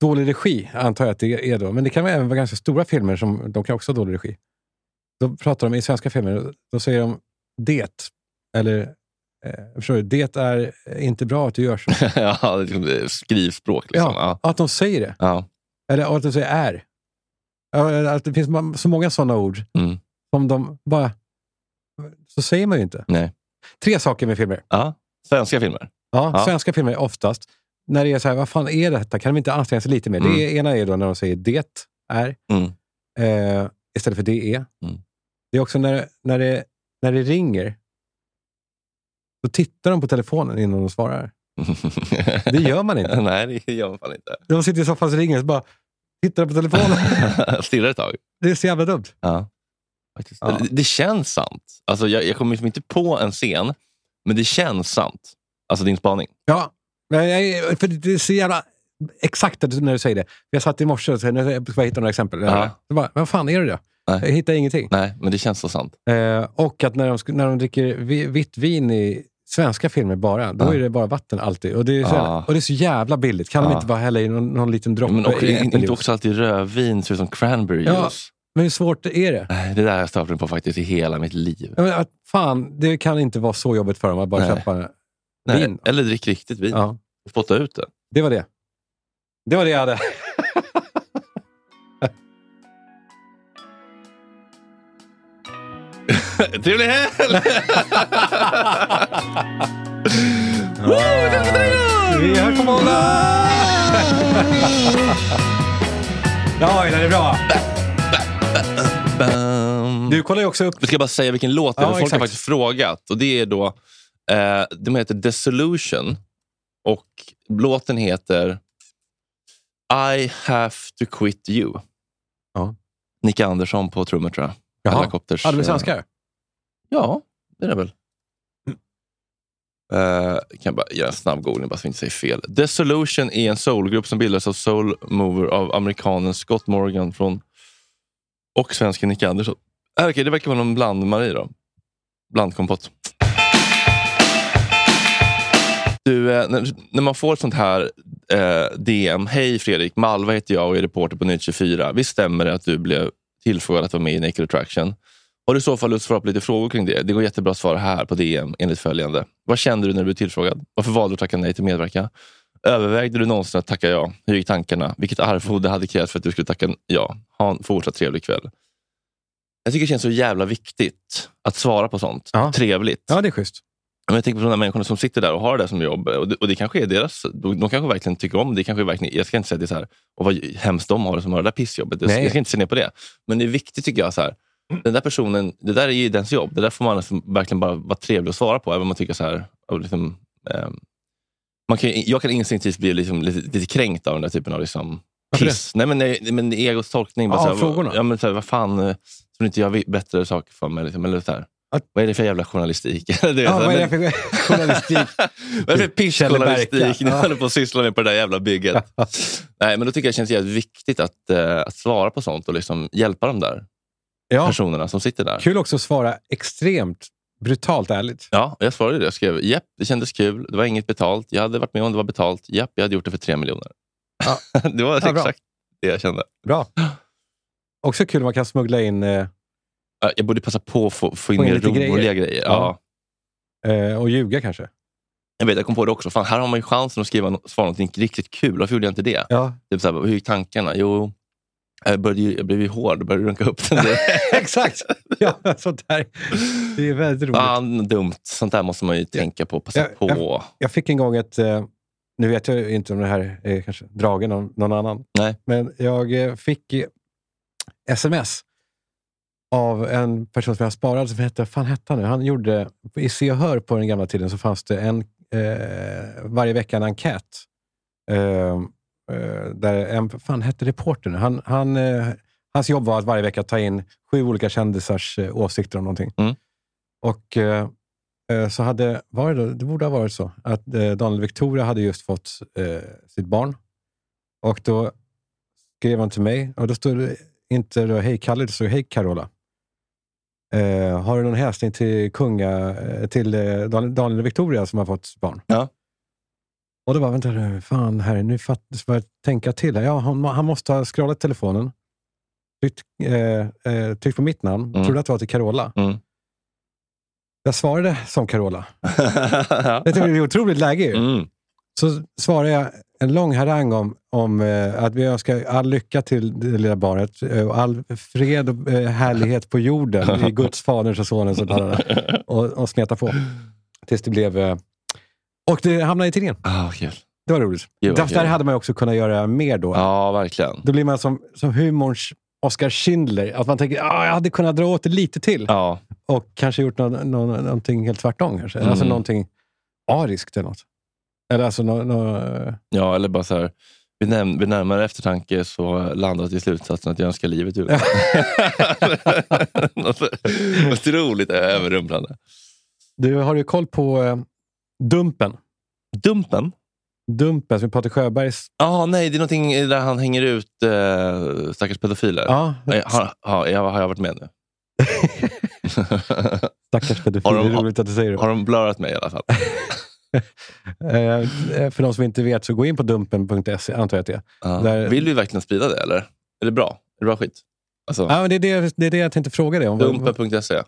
Speaker 1: dålig regi, antar jag att det är då, men det kan även vara ganska stora filmer som de kan också ha dålig regi. Då pratar de i svenska filmer, då säger de det. Eller, eh, förstår du, det är inte bra att du gör så.
Speaker 2: ja, det är liksom det är skrivspråk. Liksom. Ja.
Speaker 1: Att de säger det.
Speaker 2: Ja.
Speaker 1: Eller att de säger är. Ja, Att det finns ma- så många sådana ord
Speaker 2: Mm.
Speaker 1: som de bara... Så säger man ju inte.
Speaker 2: Nej.
Speaker 1: Tre saker med filmer.
Speaker 2: Ja. Svenska filmer.
Speaker 1: Ja,
Speaker 2: Ja.
Speaker 1: Svenska filmer oftast. När det är så här, vad fan är detta? Kan de inte anstränga sig lite mer?
Speaker 2: Mm.
Speaker 1: Det ena är då när de säger det är
Speaker 2: Mm.
Speaker 1: eh, istället för det är.
Speaker 2: Mm.
Speaker 1: Det är också när, när, det, när det ringer. Då tittar de på telefonen innan de svarar. Det gör man inte.
Speaker 2: Nej, det gör man fan inte.
Speaker 1: De sitter i soffan och ringer och så bara tittar de på telefonen.
Speaker 2: Stirrar ett tag.
Speaker 1: Det är så jävla dumt.
Speaker 2: Ja. Faktiskt.
Speaker 1: Ja.
Speaker 2: Det, det känns sant. Alltså, jag, jag kommer liksom inte på en scen, men det känns sant. Alltså din spaning.
Speaker 1: Ja, men jag, för det är så jävla exakt att du- när du säger det. Jag satt i morse och sa, nu ska jag bara hitta några exempel.
Speaker 2: Ja.
Speaker 1: Så bara, vad fan är det då?
Speaker 2: Nej.
Speaker 1: Jag hittar ingenting.
Speaker 2: Nej, men det känns så sant.
Speaker 1: Eh, och att när de, sk- när de dricker vi, vitt vin i svenska filmer bara, då
Speaker 2: Ja.
Speaker 1: är det bara vatten alltid. Och det är så, jävla,
Speaker 2: Ja.
Speaker 1: och det är så jävla billigt. Kan de
Speaker 2: Ja.
Speaker 1: inte bara hälla i någon, någon liten droppe?
Speaker 2: Men också,
Speaker 1: i
Speaker 2: in, inte
Speaker 1: äppeljuice?
Speaker 2: också alltid rödvin ser ut som cranberry
Speaker 1: Ja.
Speaker 2: juice.
Speaker 1: Men hur svårt är det?
Speaker 2: Nej, Det där har jag stört mig på faktiskt i hela mitt liv.
Speaker 1: Jag menar, att, fan, det kan inte vara så jobbigt för dem att bara
Speaker 2: Nej.
Speaker 1: köpa
Speaker 2: Nej,
Speaker 1: vin.
Speaker 2: eller drick riktigt vin.
Speaker 1: Ja.
Speaker 2: Spotta ut det.
Speaker 1: Det var det. Det var det jag hade.
Speaker 2: Trevlig helg!
Speaker 1: Vi hörs på måndag! Ja, det är bra.
Speaker 2: Bam.
Speaker 1: Du kollar ju också upp...
Speaker 2: Vi ska bara säga vilken låt det
Speaker 1: Ja,
Speaker 2: är. för folk har
Speaker 1: exakt.
Speaker 2: faktiskt frågat. Och det är då, eh, de heter Dissolution och låten heter I have to quit you.
Speaker 1: Ja.
Speaker 2: Nicke Andersson på trummor tror jag. Helicopters.
Speaker 1: Ja, de är
Speaker 2: eh,
Speaker 1: svenskar.
Speaker 2: Ja, det är det väl. Eh, kan bara göra en snabb googling bara så vi inte säger fel. Dissolution är en soulgrupp som bildades av Soul Mover av amerikanen Scott Morgan från och svensken Nick Andersson. Ah, Okej, det verkar vara någon blandmarie då. Blandkompott. Du, eh, när, när man får ett sånt här eh, DM. Hej Fredrik, Malva heter jag och är reporter på Nytt 24. Visst stämmer det att du blev tillfrågad att vara med i Naked Attraction? Har du i så fall lust att svara på lite frågor kring det? Det går jättebra att svara här på DM enligt följande. Vad kände du när du blev tillfrågad? Varför valde du att tacka nej till medverkan? Övervägde du någonsin att tacka ja? Hur gick tankarna? Vilket arvode hade krävts för att du skulle tacka ja? Ha en fortsatt trevlig kväll. Jag tycker det känns så jävla viktigt att svara på sånt.
Speaker 1: Ja.
Speaker 2: Trevligt.
Speaker 1: Ja, det är schysst.
Speaker 2: Men jag tänker på de här människorna som sitter där och har det som jobb. Och det, och det kanske är deras... De, de kanske verkligen tycker om det. kanske verkligen, jag ska inte säga att det är så här, och vad hemskt de har som har det där pissjobbet. Jag,
Speaker 1: Nej.
Speaker 2: jag ska inte se ner på det. Men det är viktigt tycker jag. så här, den där personen, Det där är ju dens jobb. Det där får man liksom verkligen bara vara trevlig och svara på. Även om man tycker så här... och Liksom, ehm, man kan, ju- jag kan instinktivt bli liksom, lite, lite kränkt av den där typen av liksom,
Speaker 1: Varför det?
Speaker 2: piss. Nej, men, nej, men egots tolkning. bara
Speaker 1: Ja,
Speaker 2: så här,
Speaker 1: frågorna.
Speaker 2: Ja, men, så här, vad fan, eh, som inte jag vet bättre saker för mig. Liksom, eller, så här,
Speaker 1: Att-
Speaker 2: vad är det för jävla journalistik? Du vet,
Speaker 1: Ja,
Speaker 2: så här,
Speaker 1: vad är det
Speaker 2: men-
Speaker 1: för journalistik?
Speaker 2: vad är det för
Speaker 1: Kjell
Speaker 2: pissjournalistik
Speaker 1: Berka.
Speaker 2: ni
Speaker 1: Ja.
Speaker 2: håller på att syssla med på det där jävla bygget? Nej, men då tycker jag det känns jävligt viktigt att, eh, att svara på sånt och liksom hjälpa de där
Speaker 1: Ja,
Speaker 2: personerna som sitter där.
Speaker 1: kul också att svara extremt brutalt ärligt.
Speaker 2: Ja, och jag svarade det. Jag skrev japp, det kändes kul. Det var inget betalt. Jag hade varit med om det var betalt. Japp, jag hade gjort det för tre miljoner. det var
Speaker 1: Ja, bra.
Speaker 2: exakt det jag kände.
Speaker 1: Bra. Också kul att man kan smuggla in eh,
Speaker 2: Eh, Jag borde passa på att få, få in
Speaker 1: Få in
Speaker 2: mer
Speaker 1: lite
Speaker 2: roliga grejer.
Speaker 1: grejer.
Speaker 2: Ja.
Speaker 1: Ja. eh, och ljuga kanske.
Speaker 2: Jag vet, jag kom på det också. Fan, här har man ju chansen att skriva, no- svara något riktigt kul. Varför gjorde jag inte det?
Speaker 1: Ja,
Speaker 2: Typ så här, hur gick tankarna? Jo, jag, började ju, jag blev ju hård och började runka upp den. där.
Speaker 1: exakt. Ja, sånt där. Det är väldigt roligt.
Speaker 2: Fan, dumt. Sånt där måste man ju tänka på och passa
Speaker 1: Mm. Ja,
Speaker 2: på.
Speaker 1: Jag fick en gång ett... Eh, nu vet jag inte om det här är kanske dragen av någon annan.
Speaker 2: Nej.
Speaker 1: Men jag eh, fick eh, sms av en person som jag sparade som hette... fan hette han nu? Han gjorde... I Se och Hör på den gamla tiden så fanns det en, eh, varje vecka en enkät. Eh, eh, där en, fan hette reportern? Han, han, eh, hans jobb var att varje vecka ta in sju olika kändisars eh, åsikter om någonting.
Speaker 2: Mm.
Speaker 1: Och... Eh, Eh, så hade, var det, då- det borde ha varit så att eh, Daniel Victoria hade just fått eh, sitt barn. Och då skrev han till mig och då stod det inte då, hej Kalle, det stod hej Carola. Eh, har du någon hälsning till, kunga, eh, till eh, Dan- Daniel och Victoria som har fått sitt barn?
Speaker 2: Ja.
Speaker 1: Och då bara, vänta nu, fan här, nu fattas vad jag tänka till. Här. Ja, han, han måste ha scrollat telefonen, tryckt, eh, eh, tryckt på mitt namn,
Speaker 2: Mm.
Speaker 1: trodde att det var till Carola.
Speaker 2: Mm.
Speaker 1: Jag svarade som Carola. Jag tycker det är ett otroligt läge ju.
Speaker 2: mm.
Speaker 1: Så svarar jag en lång harang om, om eh, att vi önskar all lycka till det lilla barnet eh, och all fred och eh, härlighet på jorden i Guds faderns och sonens och bla, bla, bla. och, och smetar på. Tills det blev... Eh, och det hamnade i tidningen.
Speaker 2: Ah, kul.
Speaker 1: Det var roligt.
Speaker 2: Gud, vad
Speaker 1: Där, där
Speaker 2: kul.
Speaker 1: hade man ju också kunnat göra mer då.
Speaker 2: Ja, verkligen.
Speaker 1: Då blir man som, som humorns Oscar Schindler. Att man tänker ah, jag hade kunnat dra åt det lite till.
Speaker 2: Ja.
Speaker 1: Och kanske gjort någon, någon, någonting helt tvärtom. Kanske.
Speaker 2: Mm.
Speaker 1: Alltså någonting ariskt eller något. Eller alltså nå- nå-
Speaker 2: Ja, eller bara så här. Vid, näm- vid närmare eftertanke så landade jag i slutsatsen att jag önskar livet ur det. Något Otroligt överrumplande.
Speaker 1: Du, har du koll på eh, Dumpen?
Speaker 2: Dumpen?
Speaker 1: Dumpen, som är Patrik Sjöbergs...
Speaker 2: Ja, nej, det är någonting där han hänger ut eh, stackars pedofiler.
Speaker 1: Ja,
Speaker 2: Eh, Har, har, jag- har jag varit med nu?
Speaker 1: stackars pedofil.
Speaker 2: Har
Speaker 1: Det
Speaker 2: de-
Speaker 1: är roligt att du säger det.
Speaker 2: har de blurrat mig i alla fall?
Speaker 1: Eh, för de som inte vet, så gå in på dumpen.se, antar jag att det är.
Speaker 2: Ja.
Speaker 1: Där-
Speaker 2: Vill vi verkligen sprida det, eller? Är det bra? Är det bra skit? Alltså,
Speaker 1: Ja, men det, är det, det är det jag tänkte fråga dig om.
Speaker 2: Dumpen.se.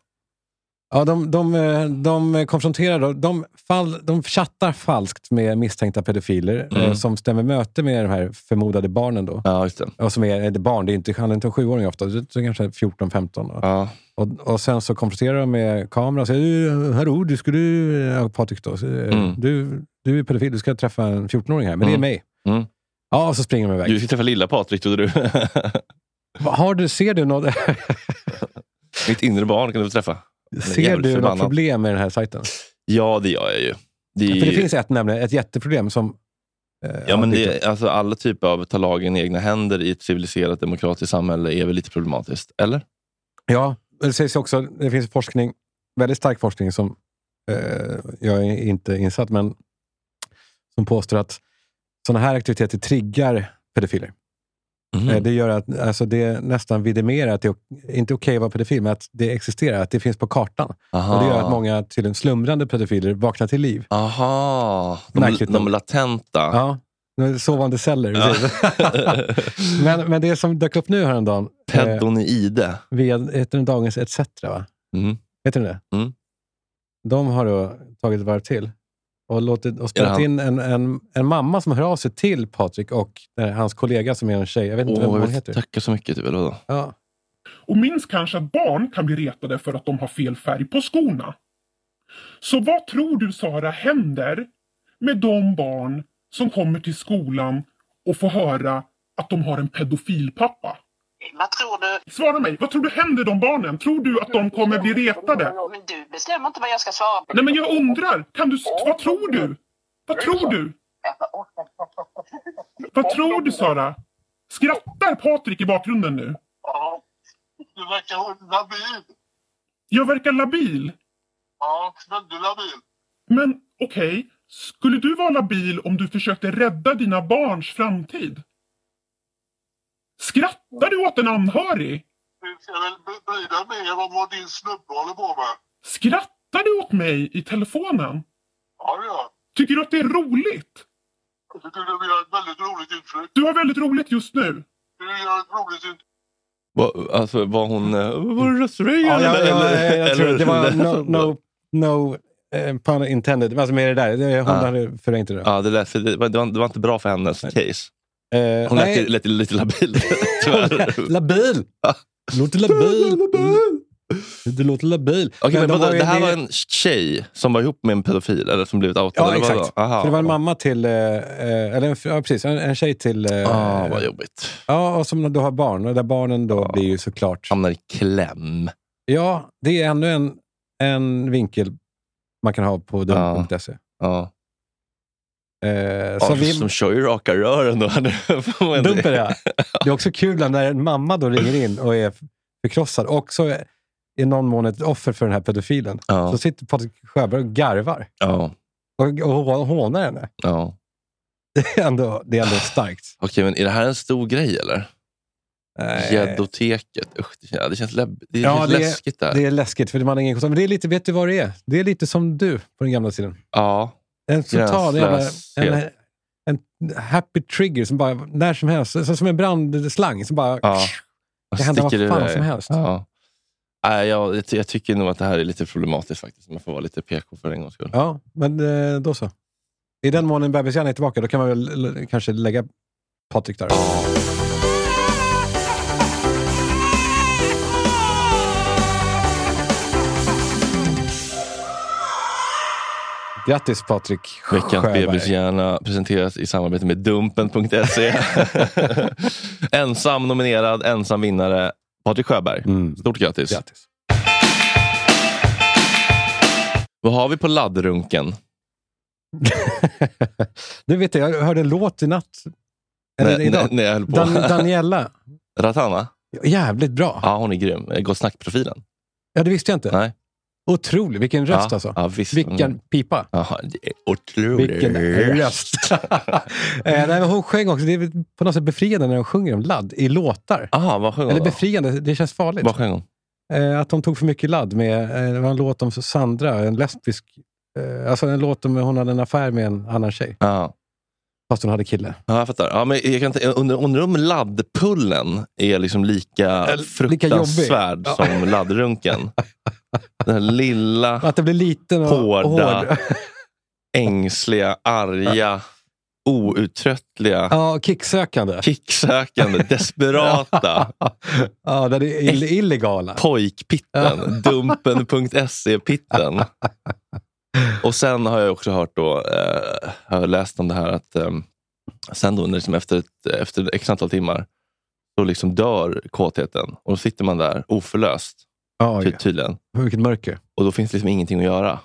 Speaker 1: Ja, de, de, eh, de konfronterar, då- de, fall, de chattar falskt med misstänkta pedofiler
Speaker 2: Mm.
Speaker 1: eh, som stämmer möte med de här förmodade barnen. Då.
Speaker 2: Ja, just det.
Speaker 1: Och som är, är det barn, det är inte, han är inte en sjuåring ofta, det är kanske 14-15. då.
Speaker 2: Ja.
Speaker 1: Och, och sen så konfronterar de med kameran och säger "Du, Hallå, du skulle... Ja, Patrik då. så, eh,
Speaker 2: Mm.
Speaker 1: Du, du är pedofil, du ska träffa en 14-åring här, men det är
Speaker 2: Mm.
Speaker 1: mig.
Speaker 2: Mm.
Speaker 1: Ja, och så springer de iväg.
Speaker 2: Du ska träffa lilla Patrik, trodde du.
Speaker 1: Har du, ser du, något,
Speaker 2: Mitt inre barn kan du få träffa.
Speaker 1: ser
Speaker 2: jävligt
Speaker 1: du något
Speaker 2: förbannad.
Speaker 1: problem med den här sajten?
Speaker 2: Ja, det gör jag ju. Det, är-
Speaker 1: För det finns ett, nämligen, ett jätteproblem som... eh,
Speaker 2: ja, men
Speaker 1: har dykt
Speaker 2: det, alltså, alla typer av att ta lagen i egna händer i ett civiliserat demokratiskt samhälle är väl lite problematiskt, eller?
Speaker 1: Ja, det sägs också, det finns forskning, väldigt stark forskning som eh, jag är inte insatt, men som påstår att sådana här aktiviteter triggar pedofiler.
Speaker 2: Mhm.
Speaker 1: Eh, det gör att alltså det nästan vidimerar att det är ok- inte är okej att vara pedofil, men att det existerar, att det finns på kartan.
Speaker 2: Aha.
Speaker 1: Och det gör att många tydligen slumrande pedofiler vaknar till liv.
Speaker 2: Aha, de,
Speaker 1: Märkligt
Speaker 2: de
Speaker 1: nog.
Speaker 2: latenta.
Speaker 1: Ja, nu- sovande celler.
Speaker 2: Ah. Ja.
Speaker 1: precis. men, men det som dök upp nu häromdagen, eh,
Speaker 2: Peddon i ide.
Speaker 1: via heter den Dagens ETC, va?
Speaker 2: Mm.
Speaker 1: Vet du det?
Speaker 2: Mm.
Speaker 1: De har då tagit ett varv till och, låtit, och
Speaker 2: Är
Speaker 1: spelat
Speaker 2: det
Speaker 1: in en, en, en mamma som hör av sig till Patrik och eh, hans kollega som är en tjej. Jag vet inte
Speaker 2: Åh,
Speaker 1: vem
Speaker 2: jag
Speaker 1: hon
Speaker 2: vet-
Speaker 1: heter.
Speaker 2: tackar så mycket. Du, eller vadå?
Speaker 1: Ja.
Speaker 4: och minns kanske att barn kan bli retade för att de har fel färg på skorna. Så vad tror du Sara händer med de barn som kommer till skolan och får höra att de har en pedofilpappa?
Speaker 5: Vad tror du?
Speaker 4: Svara mig, vad tror du händer de barnen? Tror du att de kommer bli retade?
Speaker 5: Men du bestämmer inte vad jag ska svara på.
Speaker 4: Nej men jag undrar, kan du, vad tror du? Vad tror du? Vad tror du Sara? Skrattar Patrik i bakgrunden nu?
Speaker 5: Ja. Du verkar labil.
Speaker 4: Jag verkar labil.
Speaker 5: Ja, väldigt labil.
Speaker 4: Men okej, skulle du vara labil om du försökte rädda dina barns framtid? Skrattar du åt en anhörig?
Speaker 5: Du ska väl bry dig mer om vad din snubbe håller på med.
Speaker 4: Skrattar du åt mig i telefonen?
Speaker 5: Ja, det gör jag.
Speaker 4: Tycker du att det är roligt?
Speaker 5: Jag tycker du gör ett väldigt roligt intryck.
Speaker 4: Du har väldigt roligt just nu.
Speaker 5: Du gör ett roligt intryck.
Speaker 2: Va, alltså, var hon... eh, Var det
Speaker 1: Ja,
Speaker 2: röströjan?
Speaker 1: jag,
Speaker 2: eller-
Speaker 1: jag, jag, jag tror
Speaker 2: eller-
Speaker 1: det var
Speaker 2: eller-
Speaker 1: no, no, no eh, pun intended. Alltså med det där, det- hon
Speaker 2: Ah.
Speaker 1: hade förvrängt det. där.
Speaker 2: Ja, det, lät, det, var, det var- det var inte bra för hennes case.
Speaker 1: Eh,
Speaker 2: Hon
Speaker 1: nej.
Speaker 2: lät, lät lite labil, tyvärr.
Speaker 1: Labil!
Speaker 2: Ja.
Speaker 1: Låter labil. Det låter labil.
Speaker 2: Okej, men
Speaker 1: de
Speaker 2: vadå,
Speaker 1: ju
Speaker 2: det här
Speaker 1: del-
Speaker 2: var en tjej som var ihop med en pedofil, eller som blivit outad?
Speaker 1: Ja,
Speaker 2: eller vadå?
Speaker 1: exakt.
Speaker 2: Aha,
Speaker 1: Så det var en mamma till... eh, eh, Eller en, ja, precis. En, en tjej till... eh,
Speaker 2: Ah, vad jobbigt.
Speaker 1: ja, och som då har barn. Och där barnen då
Speaker 2: Ja.
Speaker 1: blir ju såklart...
Speaker 2: Hamnar i kläm.
Speaker 1: Ja, det är ännu en, en vinkel man kan ha på dumt.se.
Speaker 2: Ja.
Speaker 1: Eh,
Speaker 2: Ja,
Speaker 1: så vi,
Speaker 2: Som kör ju raka rör ändå.
Speaker 1: Dumper det. Det är också kul när en mamma då ringer in och är förkrossad. Också i någon mån ett offer för den här pedofilen.
Speaker 2: Ja,
Speaker 1: Så sitter Patrik Sjöberg och garvar
Speaker 2: ja,
Speaker 1: och, och hå- hånar henne.
Speaker 2: ja.
Speaker 1: Det är ändå, det är ändå starkt.
Speaker 2: Okej, men är det här en stor grej eller?
Speaker 1: Nej,
Speaker 2: Gäddoteket. Usch, det känns- det känns, leb- det
Speaker 1: Ja,
Speaker 2: känns
Speaker 1: det är-
Speaker 2: läskigt där.
Speaker 1: det är läskigt, för man har ingen kontroll. Men det är lite, vet du vad det är? Det är lite som du på den gamla tiden.
Speaker 2: Ja,
Speaker 1: En total jävla... En,
Speaker 2: Gränslöshet.
Speaker 1: en happy trigger som bara, när som helst, så- som en brandslang som bara...
Speaker 2: Ja.
Speaker 1: Det händer vad
Speaker 2: Sticker
Speaker 1: fan
Speaker 2: iväg.
Speaker 1: som helst.
Speaker 2: Ja. Nej, jag, jag ty- jag tycker nog att det här är lite problematiskt faktiskt. Man får vara lite PK för en gångs skull.
Speaker 1: Ja, men eh, då så. I den mån en bebishjärna är tillbaka, då kan man väl l- kanske lägga Patrik där. Grattis Patrik
Speaker 2: Veckans
Speaker 1: Sjöberg.
Speaker 2: bebishjärna presenteras i samarbete med Dumpen.se. ensam nominerad, ensam vinnare. Patrik Sjöberg.
Speaker 1: Mm.
Speaker 2: Stort grattis.
Speaker 1: Grattis.
Speaker 2: Vad har vi på laddrunken?
Speaker 1: du vet jag, jag hörde en låt i natt. Eller
Speaker 2: när,
Speaker 1: idag.
Speaker 2: när, när jag höll på.
Speaker 1: Dan, Daniela.
Speaker 2: Ratana?
Speaker 1: Jävligt bra. Ja.
Speaker 2: Ja, hon är grym. Eh, Gott snack-profilen.
Speaker 1: det visste jag inte.
Speaker 2: Nej.
Speaker 1: Otrolig. Vilken röst
Speaker 2: ja,
Speaker 1: alltså.
Speaker 2: Ja, visst.
Speaker 1: Vilken pipa.
Speaker 2: Ja, det är otrolig
Speaker 1: Vilken röst. Eh, Nej, men hon sjöng också. Det är väl på något sätt befriande när hon sjunger om ladd i låtar.
Speaker 2: Aha, vad sjöng hon
Speaker 1: Eller
Speaker 2: då?
Speaker 1: befriande, det känns farligt.
Speaker 2: Vad sjöng hon?
Speaker 1: Eh, att hon tog för mycket ladd med, eh, det var en låt om Sandra, en lesbisk, eh, alltså en låt om hon hade en affär med en annan tjej.
Speaker 2: Ja.
Speaker 1: Fast hon hade kille.
Speaker 2: Ja, jag fattar. Ja, men jag kan inte, jag undrar, undrar om laddpullen är liksom lika
Speaker 1: lika
Speaker 2: fruktansvärd
Speaker 1: jobbig. Ja.
Speaker 2: som laddrunken. Den här lilla,
Speaker 1: Att det blir liten och
Speaker 2: Hårda.
Speaker 1: och hård.
Speaker 2: ängsliga, arga, outtröttliga,
Speaker 1: Ja, kicksökande.
Speaker 2: kicksökande, desperata
Speaker 1: ja, där det är ill- illegala.
Speaker 2: pojkpitten. Dumpen.se-pitten. Och sen har jag också hört då, eh, har jag läst om det här att eh, sen då, när liksom efter, ett, efter x antal timmar då liksom dör kåtheten och då sitter man där oförlöst.
Speaker 1: Ja,
Speaker 2: Ty- tydligen.
Speaker 1: vilket mörker.
Speaker 2: Och då finns det liksom ingenting att göra.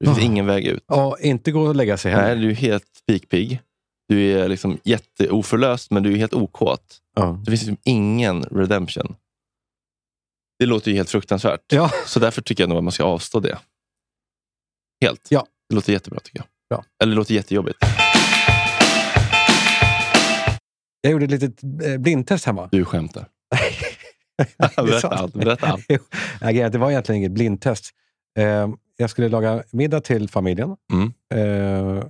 Speaker 2: Det finns
Speaker 1: Ah.
Speaker 2: ingen väg ut.
Speaker 1: Ja, inte gå och lägga sig heller.
Speaker 2: Nej, du är helt spikpigg. Du är liksom jätteoförlöst, men du är helt okåt.
Speaker 1: Ja.
Speaker 2: Det finns liksom ingen redemption. Det låter ju helt fruktansvärt.
Speaker 1: Ja.
Speaker 2: Så därför tycker jag nog att man ska avstå det. Helt.
Speaker 1: Ja.
Speaker 2: Det låter jättebra tycker jag.
Speaker 1: Bra.
Speaker 2: Eller det låter jättejobbigt.
Speaker 1: Jag gjorde ett litet eh, blindtest hemma.
Speaker 2: Du skämtar.
Speaker 1: Det är
Speaker 2: berätta
Speaker 1: sant.
Speaker 2: allt. Berätta allt.
Speaker 1: Jo, nej, grejen är att det var egentligen inget blindtest. Eh, jag skulle laga middag till familjen.
Speaker 2: Mm.
Speaker 1: Eh,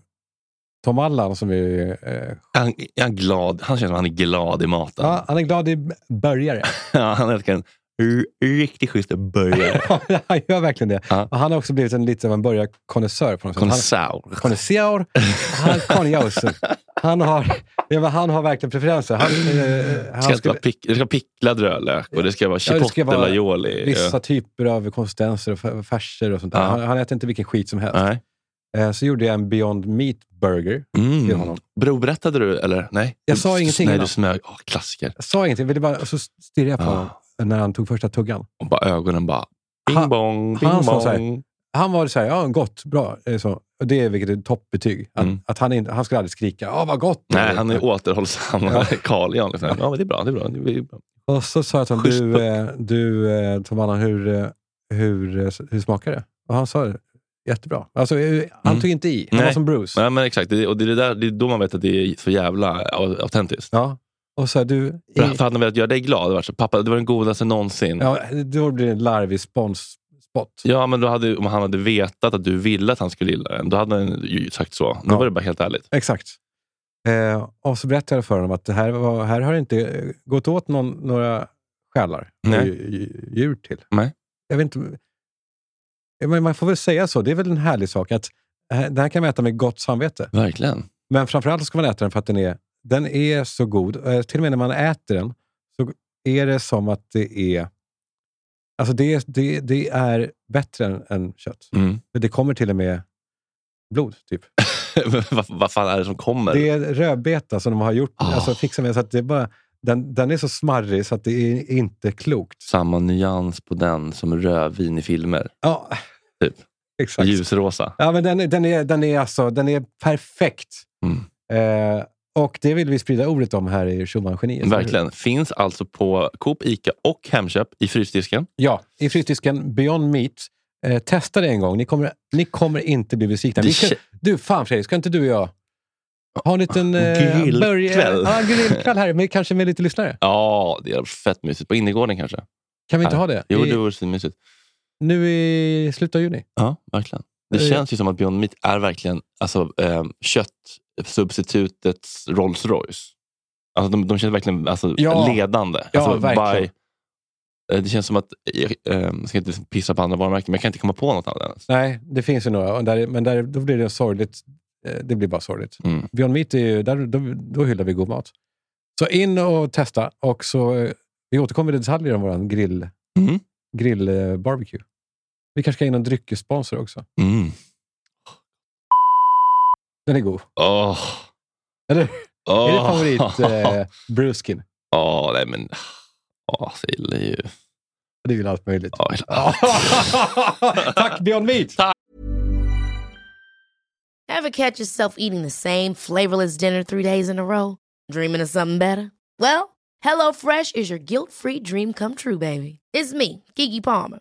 Speaker 1: Tom Allan, som är, eh,
Speaker 2: Han, jag är glad. han känns som att han är glad i maten.
Speaker 1: ja, han är glad i burgare.
Speaker 2: Ja, han älskar en r- riktigt schysst burgare.
Speaker 1: han gör verkligen det.
Speaker 2: Ja.
Speaker 1: Och han har också blivit en, lite av en burgarkonnässör på något sätt. Han-
Speaker 2: Consaur.
Speaker 1: Connoisseur. Han, konjaus. han har Ja, men han har verkligen preferenser. Han, eh, han
Speaker 2: ska inte
Speaker 1: skulle-
Speaker 2: vara pick, det ska vara picklad rödlök och det ska vara
Speaker 1: Ja, det ska
Speaker 2: chipotle
Speaker 1: vara
Speaker 2: aioli.
Speaker 1: vissa typer av konsistenser och fär- färser och sånt där.
Speaker 2: Ja.
Speaker 1: Han, han äter inte vilken skit som helst.
Speaker 2: Nej.
Speaker 1: Eh, så gjorde jag en Beyond Meat Burger till
Speaker 2: Mm.
Speaker 1: honom.
Speaker 2: Bro, berättade du eller? Nej?
Speaker 1: Jag sa
Speaker 2: Du-
Speaker 1: ingenting
Speaker 2: Nej,
Speaker 1: innan.
Speaker 2: du smög. Åh, klassiker.
Speaker 1: Jag sa ingenting, ville bara, så stirrade jag på
Speaker 2: Ja.
Speaker 1: honom när han tog första tuggan.
Speaker 2: Och bara ögonen bara... Bing
Speaker 1: Han-
Speaker 2: bong,
Speaker 1: han
Speaker 2: bing
Speaker 1: sa så här,
Speaker 2: bong.
Speaker 1: Han var så här, ja gott, bra. eh, Så. Och det är vilket är toppbetyg. Att,
Speaker 2: Mm.
Speaker 1: att han, inte, han skulle aldrig skrika, ja vad gott.
Speaker 2: Nej, han är återhållsam.
Speaker 1: Ja.
Speaker 2: Carl Jan. Liksom. Ja, men det är bra. Det är bra. Det är bra.
Speaker 1: Och så sa jag till honom,
Speaker 2: Schysst
Speaker 1: du,
Speaker 2: puck.
Speaker 1: eh, du eh, Tom Anna, hur, eh, hur, eh, hur smakar det? Och han sa, jättebra. Alltså, eh, han
Speaker 2: Mm.
Speaker 1: tog inte i, han
Speaker 2: Nej.
Speaker 1: var som Bruce.
Speaker 2: Nej, men exakt. Det, är- och det, är det, där, det är då man vet att det är så jävla au- autentiskt.
Speaker 1: Ja. Och så här, du,
Speaker 2: För,
Speaker 1: i,
Speaker 2: för hade han velat göra dig glad, det var så, pappa, det var den godaste någonsin. Ja.
Speaker 1: ja, då blir det en larvig sponsspot.
Speaker 2: men då hade, om han hade vetat att du ville att han skulle gilla den, då hade han ju sagt så. Nu
Speaker 1: Ja.
Speaker 2: var det bara helt ärligt.
Speaker 1: Exakt. Eh, och så berättade jag för honom att det här, var, här har det inte eh, gått åt någon, några själar och
Speaker 2: Nej.
Speaker 1: dj- dj- djur till.
Speaker 2: Nej.
Speaker 1: Jag vet inte, Ja, men man får väl säga så. Det är väl en härlig sak att eh, det här kan man äta med gott samvete.
Speaker 2: Verkligen.
Speaker 1: Men framförallt ska man äta den för att den är, den är så god. Eh, till och med när man äter den så är det som att det är Alltså det, är- det, det är bättre än, än kött.
Speaker 2: Mm.
Speaker 1: För Det kommer till och med blod, typ.
Speaker 2: Men vad, vad fan är det som kommer?
Speaker 1: Det är rödbeta som de har gjort,
Speaker 2: Ah.
Speaker 1: alltså fixat med. Så att det är bara, den, den är så smarrig så att det är inte klokt.
Speaker 2: Samma nyans på den som rödvin i filmer.
Speaker 1: Ja,
Speaker 2: Typ.
Speaker 1: exakt.
Speaker 2: Ljusrosa.
Speaker 1: Ja, men den, är- den, är, den, är alltså, den är perfekt.
Speaker 2: Mm.
Speaker 1: Eh, och det vill vi sprida ordet om här i Schumann-geniet.
Speaker 2: Verkligen. Finns alltså på Coop, Ica och Hemköp i frysdisken.
Speaker 1: Ja, i frysdisken Beyond Meat. Eh, testa det en gång. Ni kommer, ni kommer inte bli besvikna. Vi
Speaker 2: Det
Speaker 1: ska,
Speaker 2: kä-
Speaker 1: du, fan Fredrik, ska inte du och jag ha en liten...
Speaker 2: Grillkväll.
Speaker 1: burger- Ja, grillkväll här, men kanske med lite lyssnare.
Speaker 2: Ja, det är fett mysigt. På innergården kanske?
Speaker 1: Kan vi inte
Speaker 2: Ja.
Speaker 1: ha det?
Speaker 2: Jo,
Speaker 1: I,
Speaker 2: det vore svinmysigt.
Speaker 1: Nu i slutet av juni.
Speaker 2: Ja, verkligen. Det
Speaker 1: Eh.
Speaker 2: känns ju som att Beyond Meat är verkligen alltså, eh, köttsubstitutets Rolls Royce. Alltså, de, de känns verkligen alltså,
Speaker 1: Ja.
Speaker 2: ledande.
Speaker 1: Ja,
Speaker 2: alltså,
Speaker 1: verkligen.
Speaker 2: eh, det känns som att, eh, eh, jag ska inte liksom pissa på andra varumärken, men jag kan inte komma på något annat ens.
Speaker 1: Nej, det finns ju några. Och Där, men där, då blir det sorgligt. Eh, Det blir bara sorgligt.
Speaker 2: Mm.
Speaker 1: Beyond Meat, är ju, där, då, då hyllar vi god mat. Så in och testa. Och så, eh, vi återkommer i detaljer om vår grill,
Speaker 2: Mm.
Speaker 1: grill eh, barbecue. Vi kanske ska ha in någon dryckessponsor också.
Speaker 2: Mm.
Speaker 1: Den är god.
Speaker 2: Åh.
Speaker 1: Eller?
Speaker 2: Åh.
Speaker 1: Är det favorit eh, brewskin?
Speaker 2: Ja, nej men... Åh, så gillar jag ju...
Speaker 1: Det är väl allt möjligt.
Speaker 2: Ja, jag-
Speaker 1: Tack Beyond Meat!
Speaker 6: Ever catch yourself eating the same flavorless dinner three days in a row? Dreaming of something better? Well, HelloFresh is your guilt free dream come true, baby. It's me, Gigi Palmer.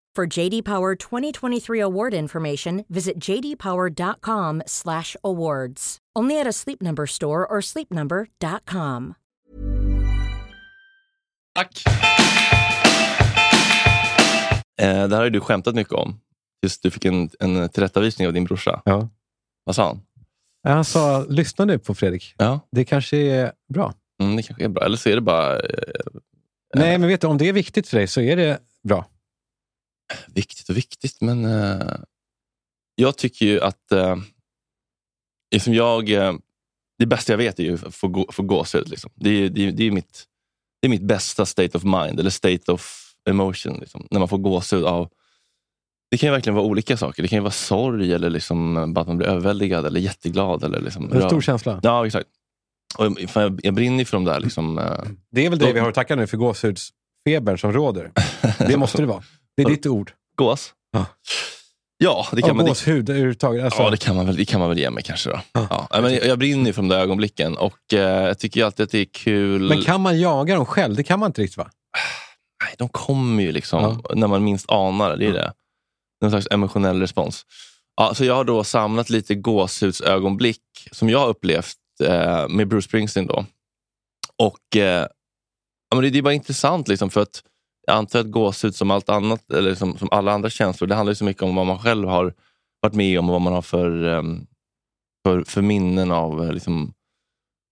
Speaker 7: For JD Power 2023 award information, visit jdpower.com/awards. Only at a Sleep Number store or sleepnumber.com.
Speaker 2: Tack! Eh, det här har ju du skämtat mycket om. Tills du fick en, en tillrättavisning av din brorsa.
Speaker 1: Ja.
Speaker 2: Vad sa han?
Speaker 1: Han sa, lyssna nu på Fredrik.
Speaker 2: Ja,
Speaker 1: Det kanske är bra.
Speaker 2: mm, det kanske är bra. Eller så är det bara eh,
Speaker 1: Nej, men vet du, om det är viktigt för dig så är det bra.
Speaker 2: viktigt och viktigt, men... Eh, jag tycker ju att eh, liksom jag, eh, det bästa jag vet är ju att få, gå, få gåshud. Liksom. Det, är, det, är, det, är mitt, det är mitt bästa state of mind, eller state of emotion. Liksom. När man får gåshud av... Det kan ju verkligen vara olika saker. Det kan ju vara sorg, eller liksom, bara att man blir överväldigad eller jätteglad. Eller liksom,
Speaker 1: En stor
Speaker 2: rörd.
Speaker 1: känsla.
Speaker 2: Ja, exakt. Och fan, jag, jag brinner ju för de där. Liksom, eh,
Speaker 1: Det är väl det
Speaker 2: De-
Speaker 1: vi har att tacka nu för gåshudsfebern som råder. Det måste det vara. Det är ditt ord.
Speaker 2: gås.
Speaker 1: Ja.
Speaker 2: Ja, det kan
Speaker 1: Ja,
Speaker 2: man. Det,
Speaker 1: gåshud överhuvudtaget. Alltså,
Speaker 2: Ja, det kan man väl, det kan man väl ge mig kanske. Då.
Speaker 1: Ja.
Speaker 2: Ja. nej, men jag, jag brinner ju för de där ögonblicken och eh, jag tycker ju alltid att det är kul.
Speaker 1: Men kan man jaga dem själv? Det kan man inte riktigt va?
Speaker 2: Nej, de kommer ju liksom när man minst anar det. det är det. Någon slags emotionell respons. Ja, så jag har då samlat lite gåshudsögonblick som jag har upplevt eh, med Bruce Springsteen. Då. Och eh, ja, men det, det är bara intressant liksom för att jag antar att gåshud som allt annat, eller liksom, som, som alla andra känslor, det handlar ju så mycket om vad man själv har varit med om och vad man har för, ehm, för, för minnen av eh, liksom,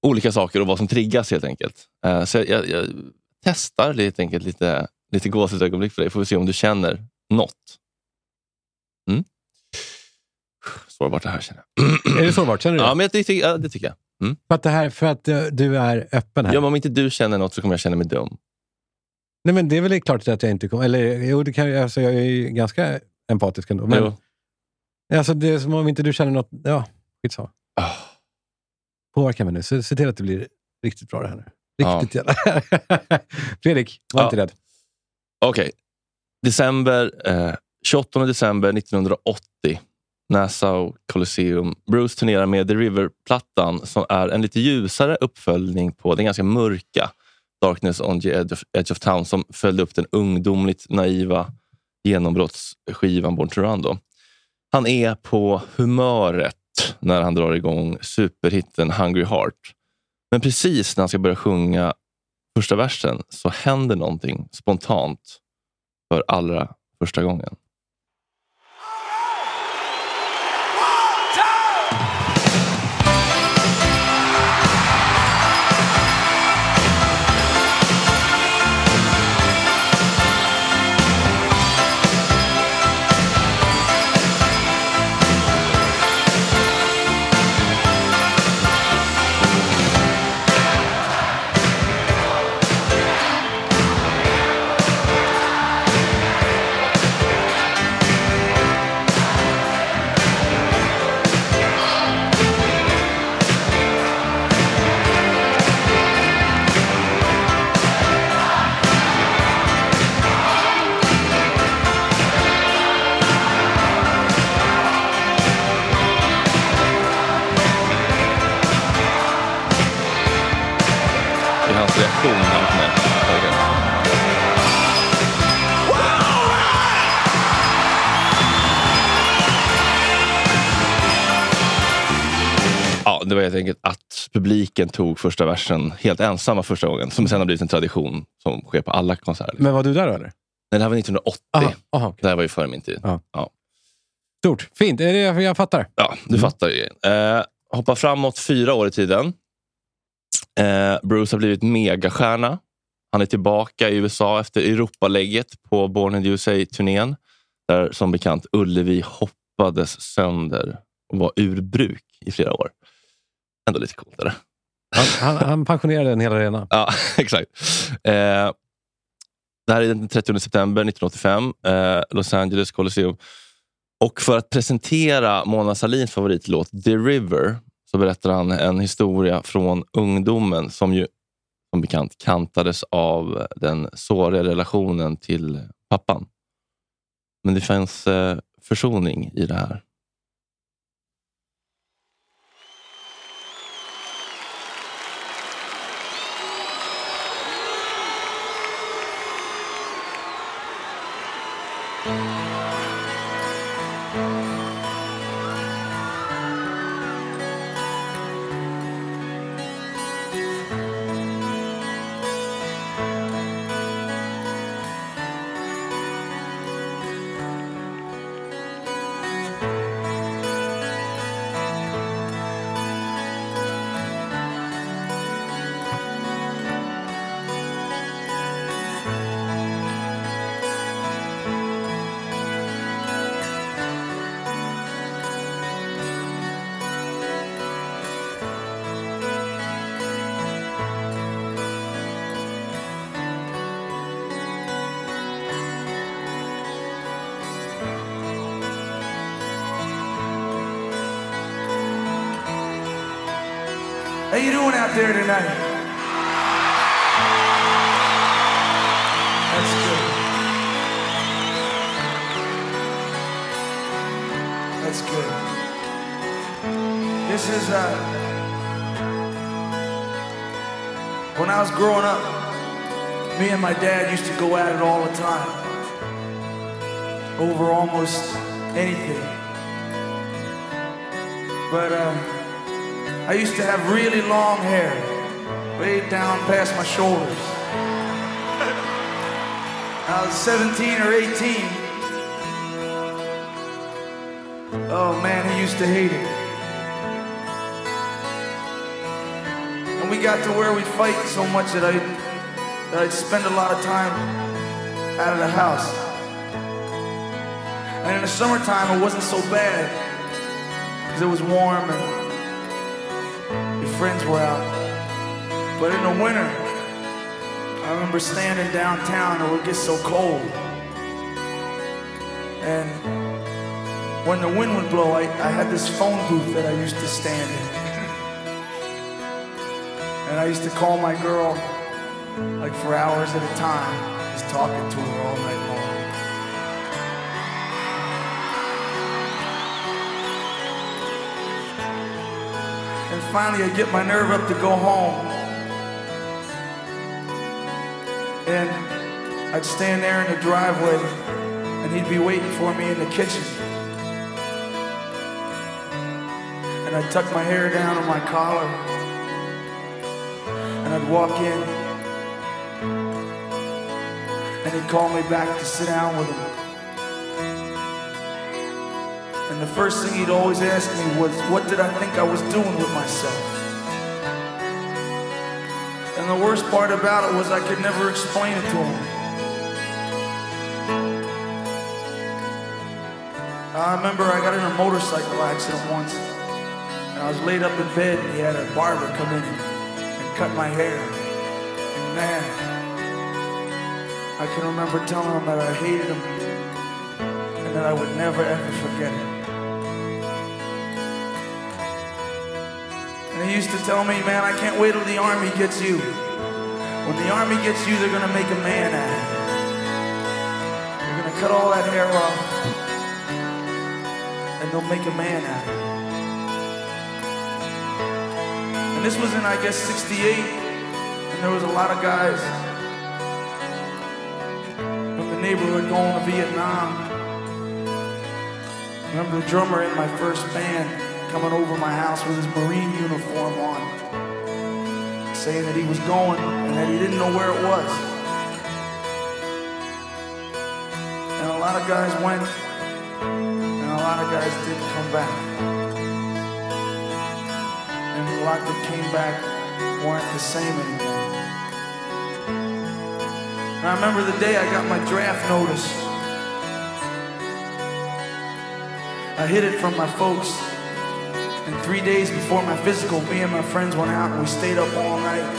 Speaker 2: olika saker och vad som triggas helt enkelt. Eh, Så jag, jag, jag testar helt enkelt lite, lite gåshudsögonblick för dig, får vi se om du känner något. Mm. Sårbart det här känner jag.
Speaker 1: Är det sårbart? Känner du
Speaker 2: Ja,
Speaker 1: det?
Speaker 2: men jag, det, tycker- ja, det tycker jag.
Speaker 1: För att, det här, för att eh, du är öppen här?
Speaker 2: Ja, men om inte du känner något så kommer jag känna mig dum.
Speaker 1: Nej, men det är väl klart att jag inte kommer... Eller jo, det kan, jag- alltså, jag är ju ganska empatisk ändå. Men,
Speaker 2: Jo.
Speaker 1: alltså, det är som om inte du känner något... Ja, skitsamma.
Speaker 2: Ah.
Speaker 1: Påverka mig nu. Se, se till att det blir riktigt bra det här nu. Riktigt jävla... Fredrik, var
Speaker 2: Ja.
Speaker 1: inte rädd.
Speaker 2: Okej. December, eh, 28 december 1980. Nassau Coliseum. Bruce turnerar med The River-plattan som är en lite ljusare uppföljning på den ganska mörka Darkness on the Edge of, edge of Town som följde upp den ungdomligt naiva genombrottsskivan Born to Run. Då. Han är på humöret när han drar igång superhitten Hungry Heart. Men precis när han ska börja sjunga första versen så händer någonting spontant för allra första gången. Det är hans reaktion. när han kommer. Verkligen. Ja, det var helt enkelt att publiken tog första versen helt ensamma första gången. Som sen har blivit en tradition som sker på alla konserter.
Speaker 1: Men var du där då, eller?
Speaker 2: Nej, det här var 1980.
Speaker 1: Aha, aha, okej.
Speaker 2: Det här var ju före min tid.
Speaker 1: Ja.
Speaker 2: Ja.
Speaker 1: Stort. Fint. Eh, Jag, jag fattar.
Speaker 2: Ja, du
Speaker 1: Mm.
Speaker 2: fattar ju. Eh, hoppa framåt fyra år i tiden. Eh, Bruce har blivit megastjärna. Han är tillbaka i USA efter Europalägget på Born in the USA-turnén. Där som bekant Ullevi hoppades sönder och var ur bruk i flera år. Ändå lite coolt. Eller?
Speaker 1: Han, han, han pensionerade en hel arena.
Speaker 2: Ja, exakt. Eh, det här är den 30 september 1985, eh, Los Angeles Coliseum. Och för att presentera Mona Sahlins favoritlåt The River så berättar han en historia från ungdomen som ju som bekant kantades av den såriga relationen till pappan. Men det fanns eh, försoning i det här.
Speaker 8: you doing out there tonight? That's good. That's good. This is uh, when I was growing up. Me and my dad used to go at it all the time over almost anything. But uh, I used to have really long hair, way down past my shoulders. I was 17 or 18. Oh man, he used to hate it. And we got to where we fight so much that I that I'd spend a lot of time out of the house. And in the summertime, it wasn't so bad because it was warm and your friends were out. But in the winter, I remember standing downtown and it would get so cold. And when the wind would blow, I, I had this phone booth that I used to stand in. And I used to call my girl like for hours at a time, just talking to her all night long. And finally, I get my nerve up to go home. And I'd stand there in the driveway, and he'd be waiting for me in the kitchen. And I'd tuck my hair down on my collar, and I'd walk in, and he'd call me back to sit down with him. And the first thing he'd always ask me was, What did I think I was doing with myself? And the worst part about it was I could never explain it to him. I remember I got in a motorcycle accident once, and I was laid up in bed, and he had a barber come in and cut my hair. And man, I can remember telling him that I hated him and that I would never ever forget him. And he used to tell me, man, I can't wait till the army gets you. When the army gets you, they're gonna make a man out of you. They're gonna cut all that hair off, and they'll make a man out of you. And this was in, I guess, 68, and there was a lot of guys from the neighborhood going to Vietnam. I remember the drummer in my first band coming over my house with his Marine uniform on, saying that he was going and that he didn't know where it was. And a lot of guys went, and a lot of guys didn't come back. And a lot that came back weren't the same anymore. And I remember the day I got my draft notice. I hid it from my folks. And three days before my physical, me and my friends went out and we stayed up all night.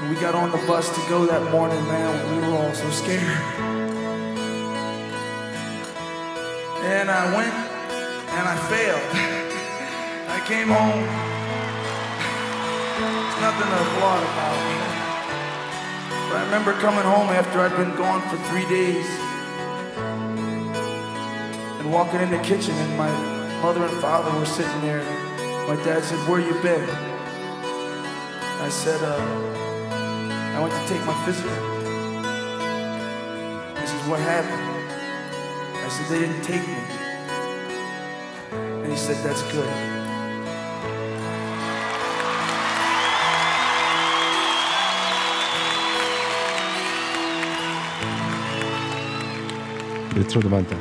Speaker 8: And we got on the bus to go that morning, man. We were all so scared. And I went and I failed. I came home. There's nothing to applaud about. But I remember coming home after I'd been gone for three days and walking in the kitchen and my mother and father were sitting there. My dad said, where you been? I said, uh, I went to take my physical. He says, what happened? I said, they didn't take me. And he said, that's good.
Speaker 1: Det trodde man inte.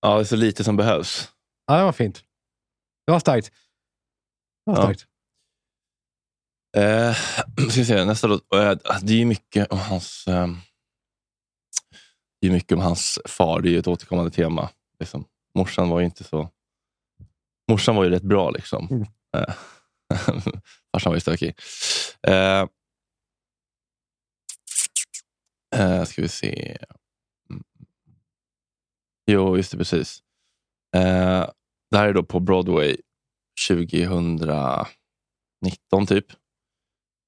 Speaker 2: Ja, det är så lite som behövs.
Speaker 1: Ja, det var fint. Det var starkt. Det var
Speaker 2: Ja.
Speaker 1: starkt.
Speaker 2: Eh, ska vi se, nästa låt. Eh, det är ju mycket om hans... Eh, det är mycket om hans far. Det är ju ett återkommande tema. Liksom. Morsan var ju inte så... Morsan var ju rätt bra. liksom.
Speaker 1: Mm.
Speaker 2: Eh, farsan var ju stökig. Eh, eh, ska vi se. Mm. Jo, just det. Precis. Eh, det här är då på Broadway 2019, typ.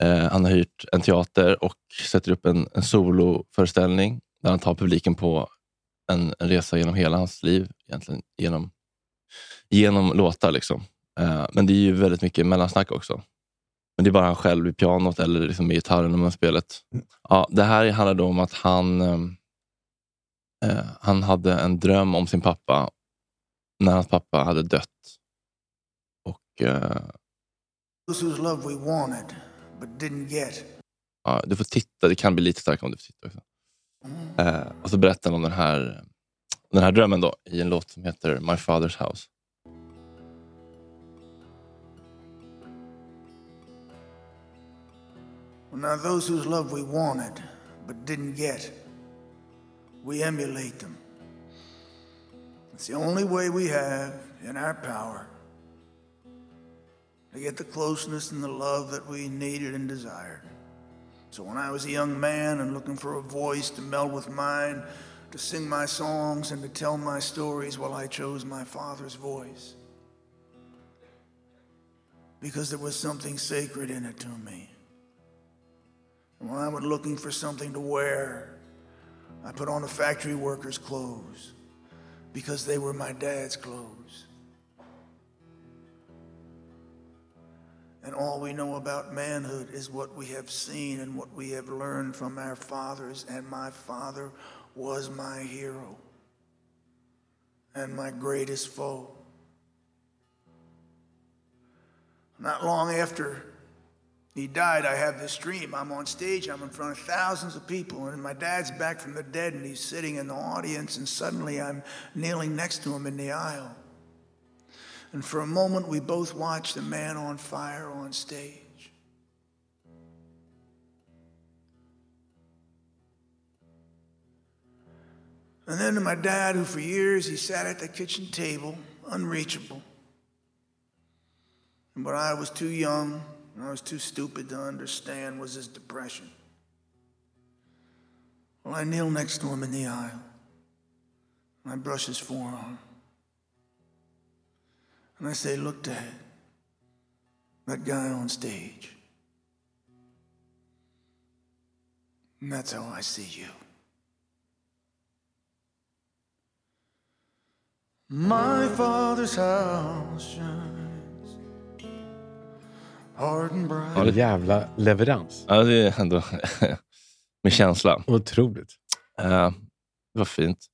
Speaker 2: Eh, han har hyrt en teater och sätter upp en, en soloföreställning där han tar publiken på en, en resa genom hela hans liv. Egentligen genom, genom låtar. Liksom. Eh, men det är ju väldigt mycket mellansnack också. Men det är bara han själv vid pianot eller liksom med gitarren och munspelet. Ja, det här handlar då om att han, ehm, eh, han hade en dröm om sin pappa när hans pappa hade dött. Och eh,
Speaker 3: Those whose love we wanted but didn't get.
Speaker 2: ja, Du får titta, det kan bli lite starkare om du får titta också. Eh, och så berättar han om den här, den här drömmen då, i en låt som heter My Father's House.
Speaker 3: Well, now those whose love we wanted but didn't get, we emulate them. It's the only way we have in our power to get the closeness and the love that we needed and desired. So when I was a young man and looking for a voice to meld with mine, to sing my songs and to tell my stories, well, I chose my father's voice because there was something sacred in it to me. And when I was looking for something to wear, I put on a factory worker's clothes because they were my dad's clothes. And all we know about manhood is what we have seen and what we have learned from our fathers. And my father was my hero and my greatest foe. Not long after he died. I have this dream. I'm on stage. I'm in front of thousands of people, and my dad's back from the dead, and he's sitting in the audience, and suddenly I'm kneeling next to him in the aisle. And for a moment, we both watch the man on fire on stage. And then to my dad, who for years he sat at the kitchen table, unreachable. And what I was too young and I was too stupid to understand was his depression. Well, I kneel next to him in the aisle, and I brush his forearm. And I say, Look, Dad, that guy on stage. And that's how I see you. My father's house shines hard and bright.
Speaker 9: Ja, jävla leverans.
Speaker 2: Ja, det är ändå med känsla.
Speaker 9: Otroligt.
Speaker 2: Eh, det var fint.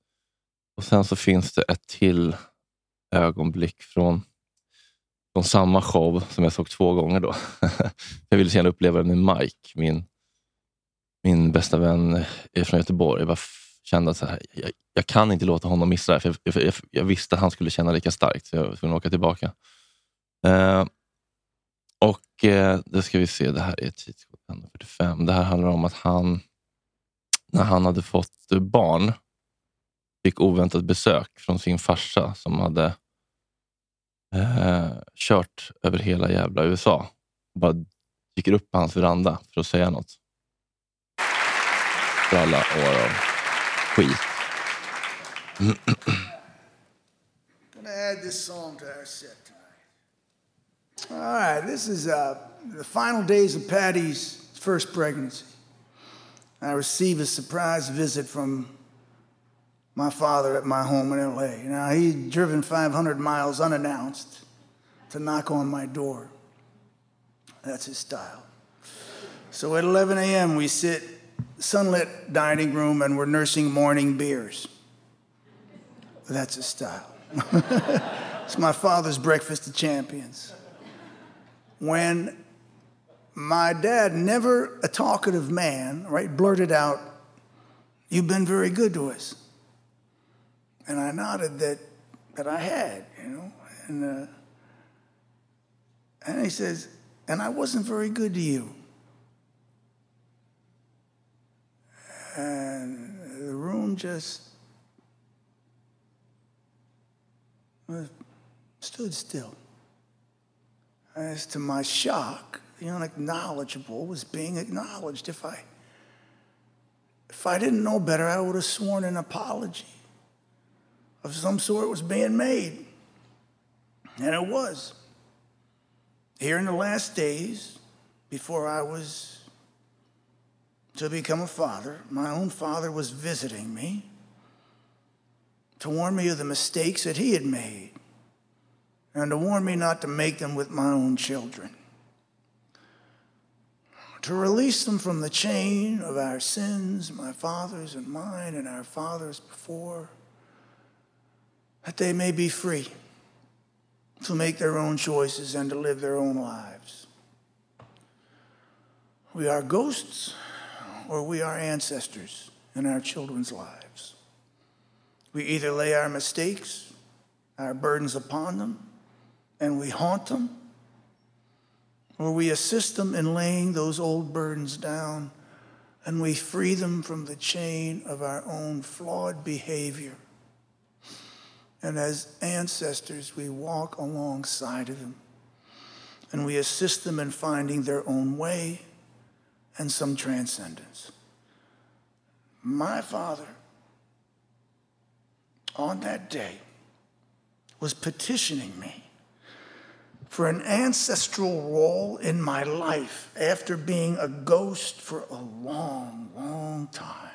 Speaker 2: Och Sen så finns det ett till ögonblick från, från samma show som jag såg två gånger. då. jag ville så gärna uppleva det med Mike, min, min bästa vän är från Göteborg. Jag bara f- kände att så här, jag, jag kan inte låta honom missa det här. För jag, jag, jag, jag visste att han skulle känna lika starkt, så jag var tvungen att åka tillbaka. Eh, och eh, då ska vi se, det här är tidskod 45. Det här handlar om att han, när han hade fått eh, barn, fick oväntat besök från sin farsa som hade eh, kört över hela jävla USA. Bara dyker upp på hans veranda för att säga något. För alla år av skit.
Speaker 3: I'm gonna add this song to our set tonight. All right, this is uh, the final days of Patty's first pregnancy. I receive a surprise visit from my father at my home in L.A. Now he'd driven 500 miles unannounced to knock on my door. That's his style. So at 11 a.m. we sit sunlit dining room and we're nursing morning beers. That's his style. It's my father's breakfast of champions. When my dad, never a talkative man, right, blurted out, You've been very good to us. And I nodded that, that I had, you know. And, uh, and he says, And I wasn't very good to you. And the room just was- stood still. As to my shock, the unacknowledgeable was being acknowledged. If I, if I didn't know better, I would have sworn an apology. of some sort was being made. And it was. Here in the last days, before I was to become a father, my own father was visiting me to warn me of the mistakes that he had made and to warn me not to make them with my own children, to release them from the chain of our sins, my father's and mine, and our fathers before, that they may be free to make their own choices and to live their own lives. We are ghosts or we are ancestors in our children's lives. We either lay our mistakes, our burdens upon them, and we haunt them, or we assist them in laying those old burdens down and we free them from the chain of our own flawed behavior. And as ancestors, we walk alongside of them and we assist them in finding their own way and some transcendence. My father, on that day, was petitioning me for an ancestral role in my life after being a ghost for a long, long time.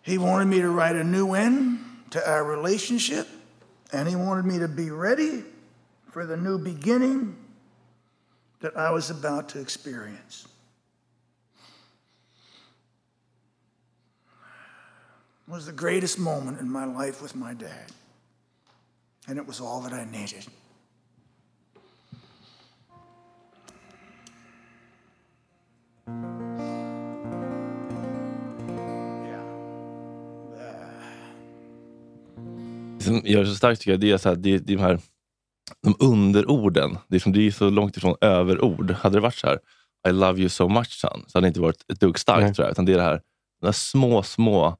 Speaker 3: He wanted me to write a new end to our relationship, and he wanted me to be ready for the new beginning that I was about to experience. It was the greatest moment in my life with my dad, and it was all that I needed.
Speaker 2: Det som gör det så starkt tycker jag, det är, så här, det, det är de här de underorden. Det är, som, det är så långt ifrån överord. Hade det varit så här, I love you so much son, så hade det inte varit ett dugg starkt. Tror jag, utan det är det här, de här små, små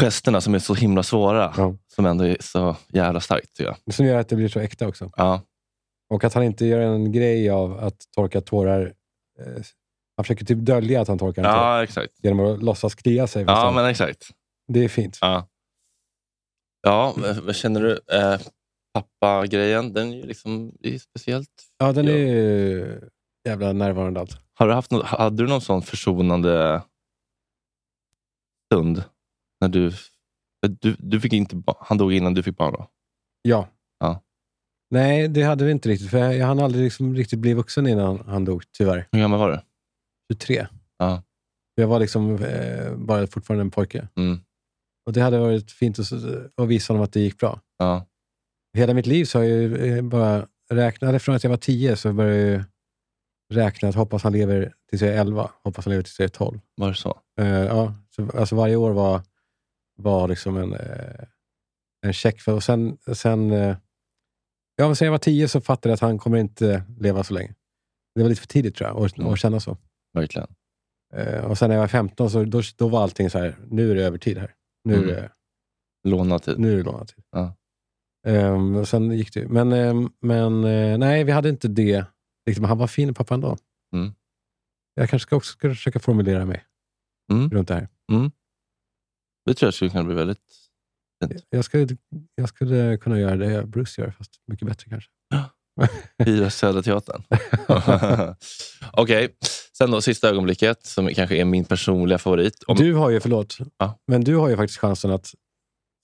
Speaker 2: gesterna som är så himla svåra. Som ändå är så jävla starkt tycker jag.
Speaker 1: Det som gör att det blir så äkta också.
Speaker 2: Ja.
Speaker 1: Och att han inte gör en grej av att torka tårar. eh, Han försöker typ dölja att han torkar en tår
Speaker 2: Ja, exakt.
Speaker 1: genom att låtsas klia sig. fast
Speaker 2: Ja,
Speaker 1: han-
Speaker 2: men exakt.
Speaker 1: Det är fint.
Speaker 2: Ja. Ja, men vad känner du? Eh, Pappa-grejen, den är ju liksom, det är speciellt.
Speaker 1: Ja, den är ju jävla närvarande alltså. allt.
Speaker 2: Har du haft något, hade du någon sån försonande stund? När du, du, du fick inte, ba- han dog innan du fick barn? Då.
Speaker 1: Ja.
Speaker 2: Ja.
Speaker 1: Nej, det hade vi inte riktigt. För jag, jag hann aldrig liksom riktigt bli vuxen innan han dog, tyvärr.
Speaker 2: Hur gammal var du?
Speaker 1: 23.
Speaker 2: Ja.
Speaker 1: Jag var liksom eh, bara fortfarande en pojke.
Speaker 2: Mm.
Speaker 1: Och det hade varit fint att, att visa honom att det gick bra.
Speaker 2: Ja.
Speaker 1: Hela mitt liv så har jag ju eh, bara räknat, från att jag var 10 så började jag ju räkna att hoppas han lever tills jag är 11, hoppas han lever tills jag är 12.
Speaker 2: Var det så?
Speaker 1: Eh, ja, så, alltså varje år var, var liksom en, eh, en check. För, och sen, sen, eh, ja, men sen jag var tio så fattade jag att han kommer inte leva så länge. Det var lite för tidigt tror jag, att-
Speaker 2: Mm.
Speaker 1: att känna så.
Speaker 2: Verkligen.
Speaker 1: Eh, och sen när jag var 15 så då, då var allting så här, nu är det övertid här. Nu är
Speaker 2: Mm.
Speaker 1: det,
Speaker 2: Lånad tid.
Speaker 1: nu är det lånad tid.
Speaker 2: Ja.
Speaker 1: Ehm, och sen gick det ju. Men, ehm, men eh, nej, vi hade inte det. Liksom, han var fin pappa ändå.
Speaker 2: Mm.
Speaker 1: Jag kanske ska också ska försöka formulera mig
Speaker 2: Mm.
Speaker 1: runt det här.
Speaker 2: Det tror jag skulle kunna bli väldigt...
Speaker 1: Jag skulle, jag skulle kunna göra det Bruce gör, fast mycket bättre kanske.
Speaker 2: Hyra Södra Teatern. Okej, sen då sista ögonblicket som kanske är min personliga favorit. Om,
Speaker 1: Du har ju, förlåt,
Speaker 2: Ja.
Speaker 1: men du har ju faktiskt chansen att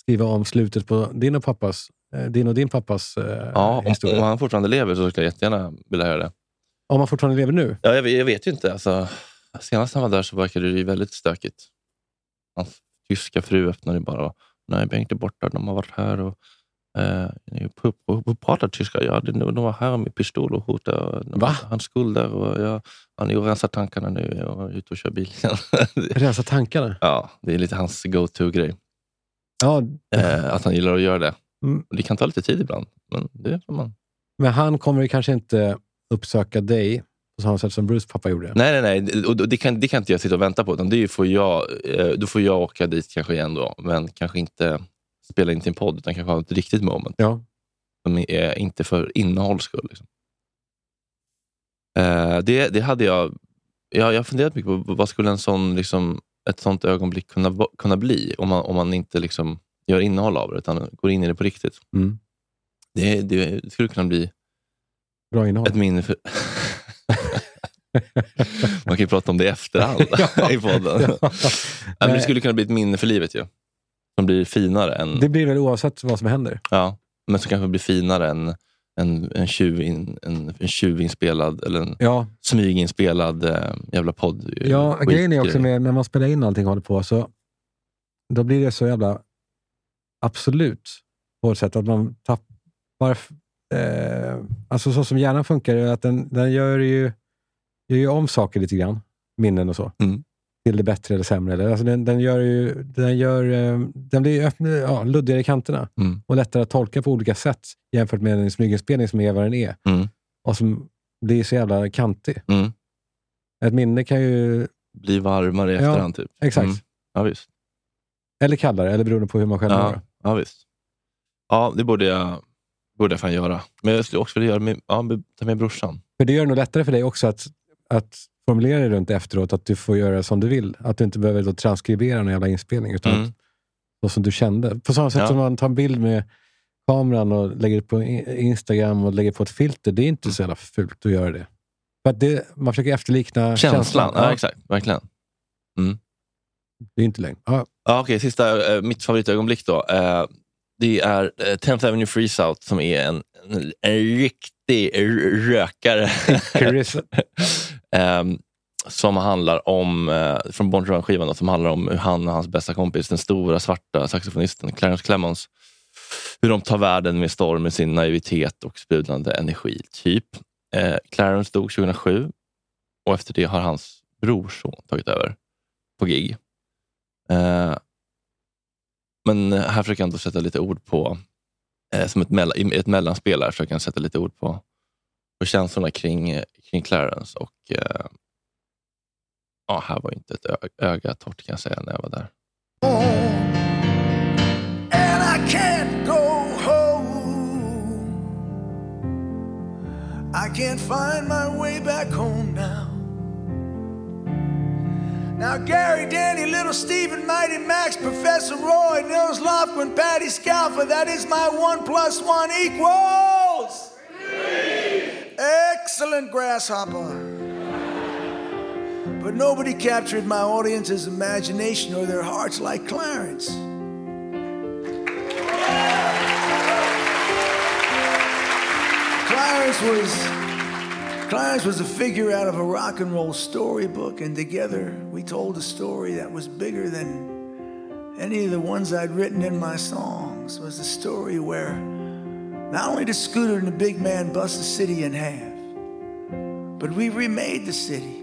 Speaker 1: skriva om slutet på din och, pappas, eh, din, och din pappas eh,
Speaker 2: ja, om,
Speaker 1: historia.
Speaker 2: om han fortfarande lever så skulle jag jättegärna vilja höra det.
Speaker 1: Om han fortfarande lever nu.
Speaker 2: Ja, jag, vet- jag vet ju inte. Alltså, senast han var där så verkade det ju väldigt stökigt. Hans tyska fru öppnade ju bara. och, Nej, Bengt är borta. De har varit här. och eh, på, på, på pratar tyska. Ja, de, de var här med pistol och hotade. och de-
Speaker 1: Va?
Speaker 2: Hans skulder. Och jag, han är och rensar tankarna nu och är ute och kör bil igen.
Speaker 1: Rensa tankarna.
Speaker 2: ja, det är lite hans go-to-grej.
Speaker 1: Ja,
Speaker 2: Eh, att han gillar att göra det.
Speaker 1: Mm.
Speaker 2: Och Det kan ta lite tid ibland, men det får man.
Speaker 1: men han kommer ju kanske inte uppsöka dig på samma sätt som Bruce pappa gjorde.
Speaker 2: Nej, nej, nej. Och det, kan, det kan inte jag sitta och vänta på. Utan det är ju får jag, eh, då får jag åka dit kanske igen då, men kanske inte spela in till en podd, utan kanske ha ett riktigt moment.
Speaker 1: Ja.
Speaker 2: Som är inte för innehålls skull. Liksom. Eh, det, det hade jag, jag... Jag har funderat mycket på vad skulle en sån liksom, ett sånt ögonblick kunna, va- kunna bli om man, om man inte liksom gör innehåll av det, utan går in i det på riktigt.
Speaker 1: Mm.
Speaker 2: Det, det skulle kunna bli
Speaker 1: Bra innehåll.
Speaker 2: ett minne för... man kan ju prata om det i efterhand
Speaker 1: Ja.
Speaker 2: i podden.
Speaker 1: Ja.
Speaker 2: Nej, men
Speaker 1: Nej.
Speaker 2: det skulle kunna bli ett minne för livet ju. Som blir finare än...
Speaker 1: Det blir väl oavsett vad som händer.
Speaker 2: Ja, men som kanske blir finare än en, en, tjuv in, en, en tjuvinspelad eller en
Speaker 1: Ja.
Speaker 2: smyginspelad eh, jävla podd.
Speaker 1: Ja,
Speaker 2: skitgrej.
Speaker 1: grejen är också med, när man spelar in allting och håller på, så då blir det så jävla absolut på ett sätt att man tappar... f- Eh, alltså så som hjärnan funkar, är att den, den gör ju gör ju om saker lite grann, minnen och så.
Speaker 2: Mm.
Speaker 1: Till det bättre eller sämre. Eller, alltså den, den gör ju, den, gör, eh, den blir ju öppnare, ja, luddigare i kanterna
Speaker 2: Mm.
Speaker 1: och lättare att tolka på olika sätt jämfört med en smyginspelning som är vad den är
Speaker 2: Mm.
Speaker 1: och som blir så jävla kantig.
Speaker 2: Mm.
Speaker 1: Ett minne kan ju
Speaker 2: Bli varmare i
Speaker 1: Ja,
Speaker 2: efterhand. typ.
Speaker 1: exakt.
Speaker 2: Ja, visst.
Speaker 1: Eller kallare, eller beroende på hur man själv mår.
Speaker 2: Ja, ja, visst. Ja, det borde jag, borde jag fan göra. Men jag skulle också vilja göra med, ja, med- ta med brorsan.
Speaker 1: För det gör det nog lättare för dig också att, att formulera dig runt efteråt, att du får göra som du vill. Att du inte behöver då transkribera någon jävla inspelning, utan
Speaker 2: Mm.
Speaker 1: att, så som du kände. På samma sätt
Speaker 2: Ja.
Speaker 1: som man tar en bild med kameran och lägger upp på i- Instagram och lägger på ett filter. Det är inte
Speaker 2: Mm.
Speaker 1: så jävla fult att göra det. För att det, man försöker efterlikna
Speaker 2: Känslan, ja,
Speaker 1: Ja,
Speaker 2: exakt. Verkligen.
Speaker 1: Det är inte lögn. Ja.
Speaker 2: Ja, Okej, sista, eh, mitt favoritögonblick då. Eh, det är eh, 10th Avenue Freeze Out som är en, en, en riktig r- rökare.
Speaker 1: Chris.
Speaker 2: Ehm, som handlar om, eh, från Bon Jovi-skivan, då, som handlar om hur han och hans bästa kompis, den stora svarta saxofonisten Clarence Clemons, hur de tar världen med storm med sin naivitet och sprudlande energi. Typ. Eh, Clarence dog 2007 och efter det har hans brorson tagit över på gig. Eh, men här försöker jag ändå sätta lite ord på, eh, som ett, mella, i ett mellanspel, här försöker jag sätta lite ord på, på känslorna kring, eh, kring Clarence. Och, eh, ja, här var ju inte ett ö- öga torrt kan jag säga när jag var där.
Speaker 3: And I can't go home. I can't find my way back home now. Now, Gary, Danny, Little Stephen, Mighty Max, Professor Roy, Nils Lofgren, Patty Scalfa, that is my one plus one equals. Excellent grasshopper. But nobody captured my audience's imagination or their hearts like Clarence. Clarence was Clarence was a figure out of a rock and roll storybook, and together we told a story that was bigger than any of the ones I'd written in my songs. It was a story where not only did Scooter and the big man bust the city in half, but we remade the city.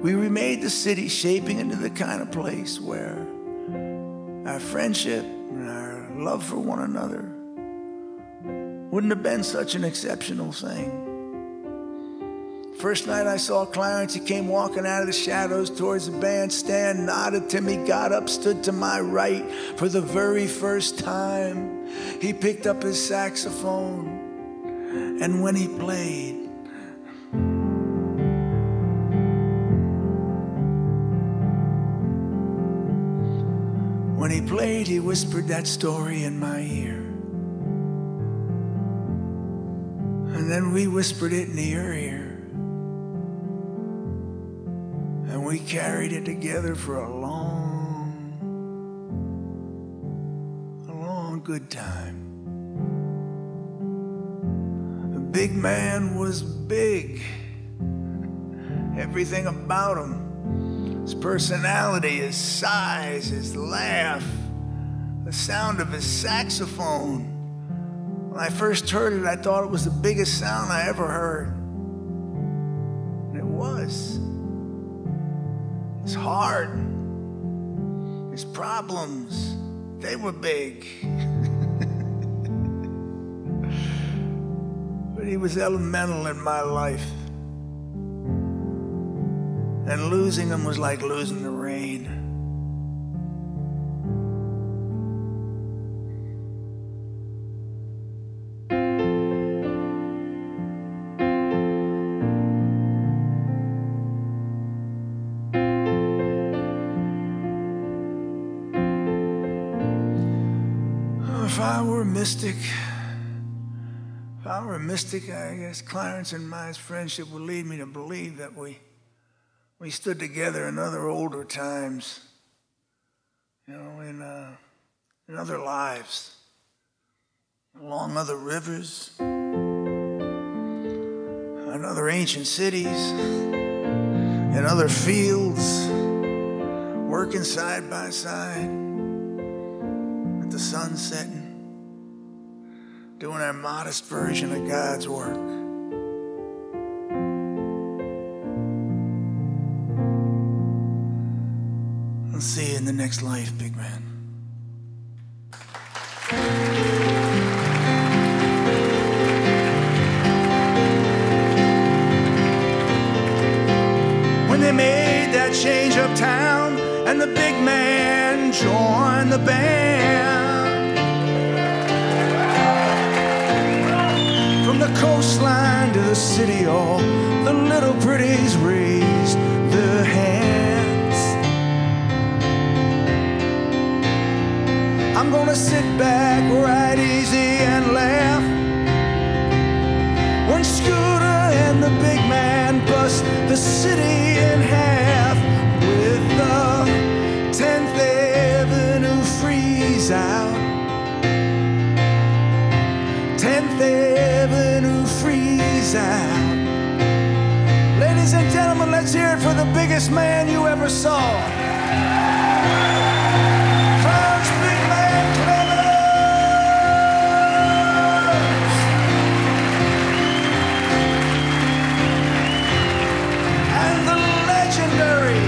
Speaker 3: We remade the city, shaping into the kind of place where our friendship and our love for one another wouldn't have been such an exceptional thing. First night I saw Clarence, he came walking out of the shadows towards the bandstand, nodded to me, got up, stood to my right for the very first time. He picked up his saxophone, and when he played, when he played, he whispered that story in my ear. And then we whispered it in your ear. And we carried it together for a long, a long good time. The big man was big. Everything about him his personality, his size, his laugh, the sound of his saxophone. When I first heard it, I thought it was the biggest sound I ever heard. And it was. His heart, his problems, they were big. but he was elemental in my life. And losing him was like losing the rain. Well, if I were a mystic, if I were a mystic, I guess Clarence and my friendship would lead me to believe that we we stood together in other older times, you know, in uh, in other lives, along other rivers, in other ancient cities, in other fields, working side by side at the sun setting, doing our modest version of God's work. I'll see you in the next life, big man. When they made that change uptown and the big man joined the band. From the coastline to the city hall, the little pretties raised their hands. I'm gonna sit back, ride easy, and laugh when Scooter and the big man bust the city in half with the 10th Avenue freeze out. 10th Avenue freeze out. Ladies and gentlemen, let's hear it for the biggest man you ever saw. Clarence Big Man Clemens! and the legendary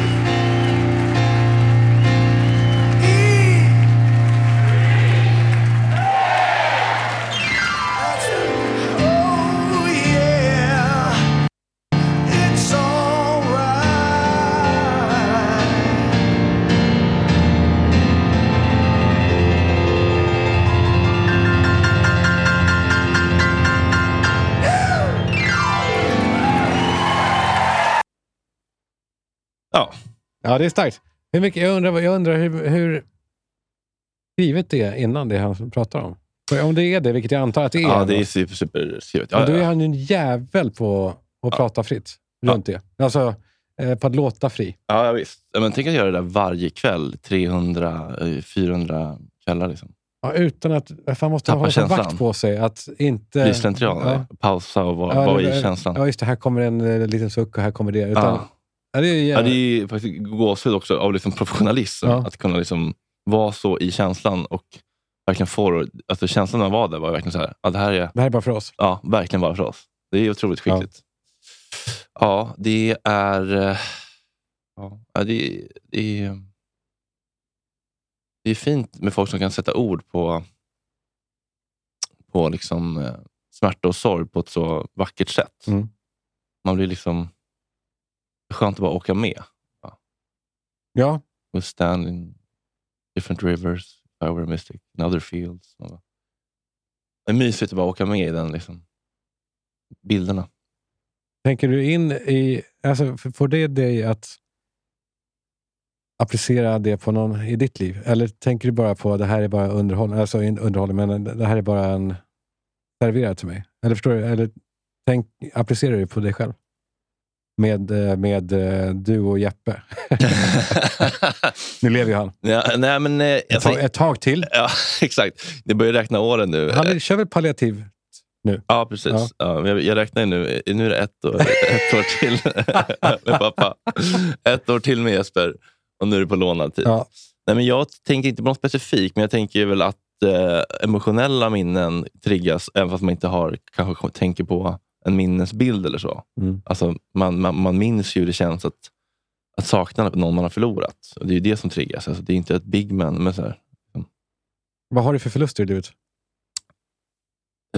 Speaker 3: E. That's- Oh yeah, it's alright.
Speaker 2: Ja.
Speaker 1: Ja, det är starkt. Hur mycket, jag undrar, jag undrar hur, hur skrivet det är innan det han pratar om. För om det är det, vilket jag antar att det är.
Speaker 2: ja, det är super, super skrivet. Ja,
Speaker 1: Men då
Speaker 2: ja,
Speaker 1: är
Speaker 2: ja.
Speaker 1: han ju en jävel på att prata fritt runt det. Alltså, eh, på att låta fri.
Speaker 2: ja, visst. Ja, Men tänk att göra det där varje kväll. 300, eh, 400 kvällar. Liksom.
Speaker 1: Ja, utan att... eh, Fan måste
Speaker 2: Tappa
Speaker 1: man hålla sån
Speaker 2: känslan.
Speaker 1: vakt på sig att inte...
Speaker 2: Bli slentrian.
Speaker 1: Ja.
Speaker 2: eh, Pausa och vara,
Speaker 1: Ja,
Speaker 2: vara
Speaker 1: det-
Speaker 2: i känslan.
Speaker 1: Ja, just det. Här kommer en eh, liten suck och här kommer det. Utan, ja.
Speaker 2: Ja.
Speaker 1: det är ju
Speaker 2: Ja,
Speaker 1: jävla-
Speaker 2: det är ju faktiskt gåshud också av liksom professionalism.
Speaker 1: Ja.
Speaker 2: Att kunna liksom vara så i känslan och verkligen få det- alltså känslan när man var där var verkligen så här, ja, det här är
Speaker 1: det här är bara för oss.
Speaker 2: ja, verkligen bara för oss. Det är otroligt skickligt. Ja, det är... eh, Ja, ja, det, det, är, det är fint med folk som kan sätta ord på, på liksom, eh, smärta och sorg på ett så vackert sätt.
Speaker 1: Mm.
Speaker 2: Man blir liksom... Det är skönt att bara åka med.
Speaker 1: Ja,
Speaker 2: We stand in different rivers, if I were a mystic, in other fields. Man bara- Det är mysigt att bara åka med i den liksom, bilderna.
Speaker 1: Tänker du in i... Alltså, f- får det dig att applicera det på någon i ditt liv? Eller tänker du bara på det här är bara underhållning, alltså inte underhållning, men det här är bara en serverad till mig? Eller förstår du? Eller tänk, applicerar du det på dig själv? Med, eh, med eh, du och Jeppe. nu lever ju han.
Speaker 2: ja, nej, men, eh,
Speaker 1: Ett
Speaker 2: alltså,
Speaker 1: tag, ett tag till.
Speaker 2: ja, exakt. Det börjar räkna åren nu.
Speaker 1: Han är- kör väl palliativ?
Speaker 2: Ja, precis.
Speaker 1: Ja.
Speaker 2: Ja. men jag, jag räknar ju nu. eh, Nu är det ett år, ett år till med pappa. Ett år till med Jesper och nu är det på lånad tid.
Speaker 1: Ja.
Speaker 2: Nej, men jag tänker inte på något specifikt, men jag tänker ju väl att eh, emotionella minnen triggas, även fast man inte har, kanske kom- tänker på en minnesbild eller så.
Speaker 1: Mm.
Speaker 2: Alltså, man, man, man minns ju hur det känns att, att sakna någon man har förlorat. Och det är ju det som triggas. Alltså, det är inte ett big man, men så här,
Speaker 1: Vad har du för förluster i livet?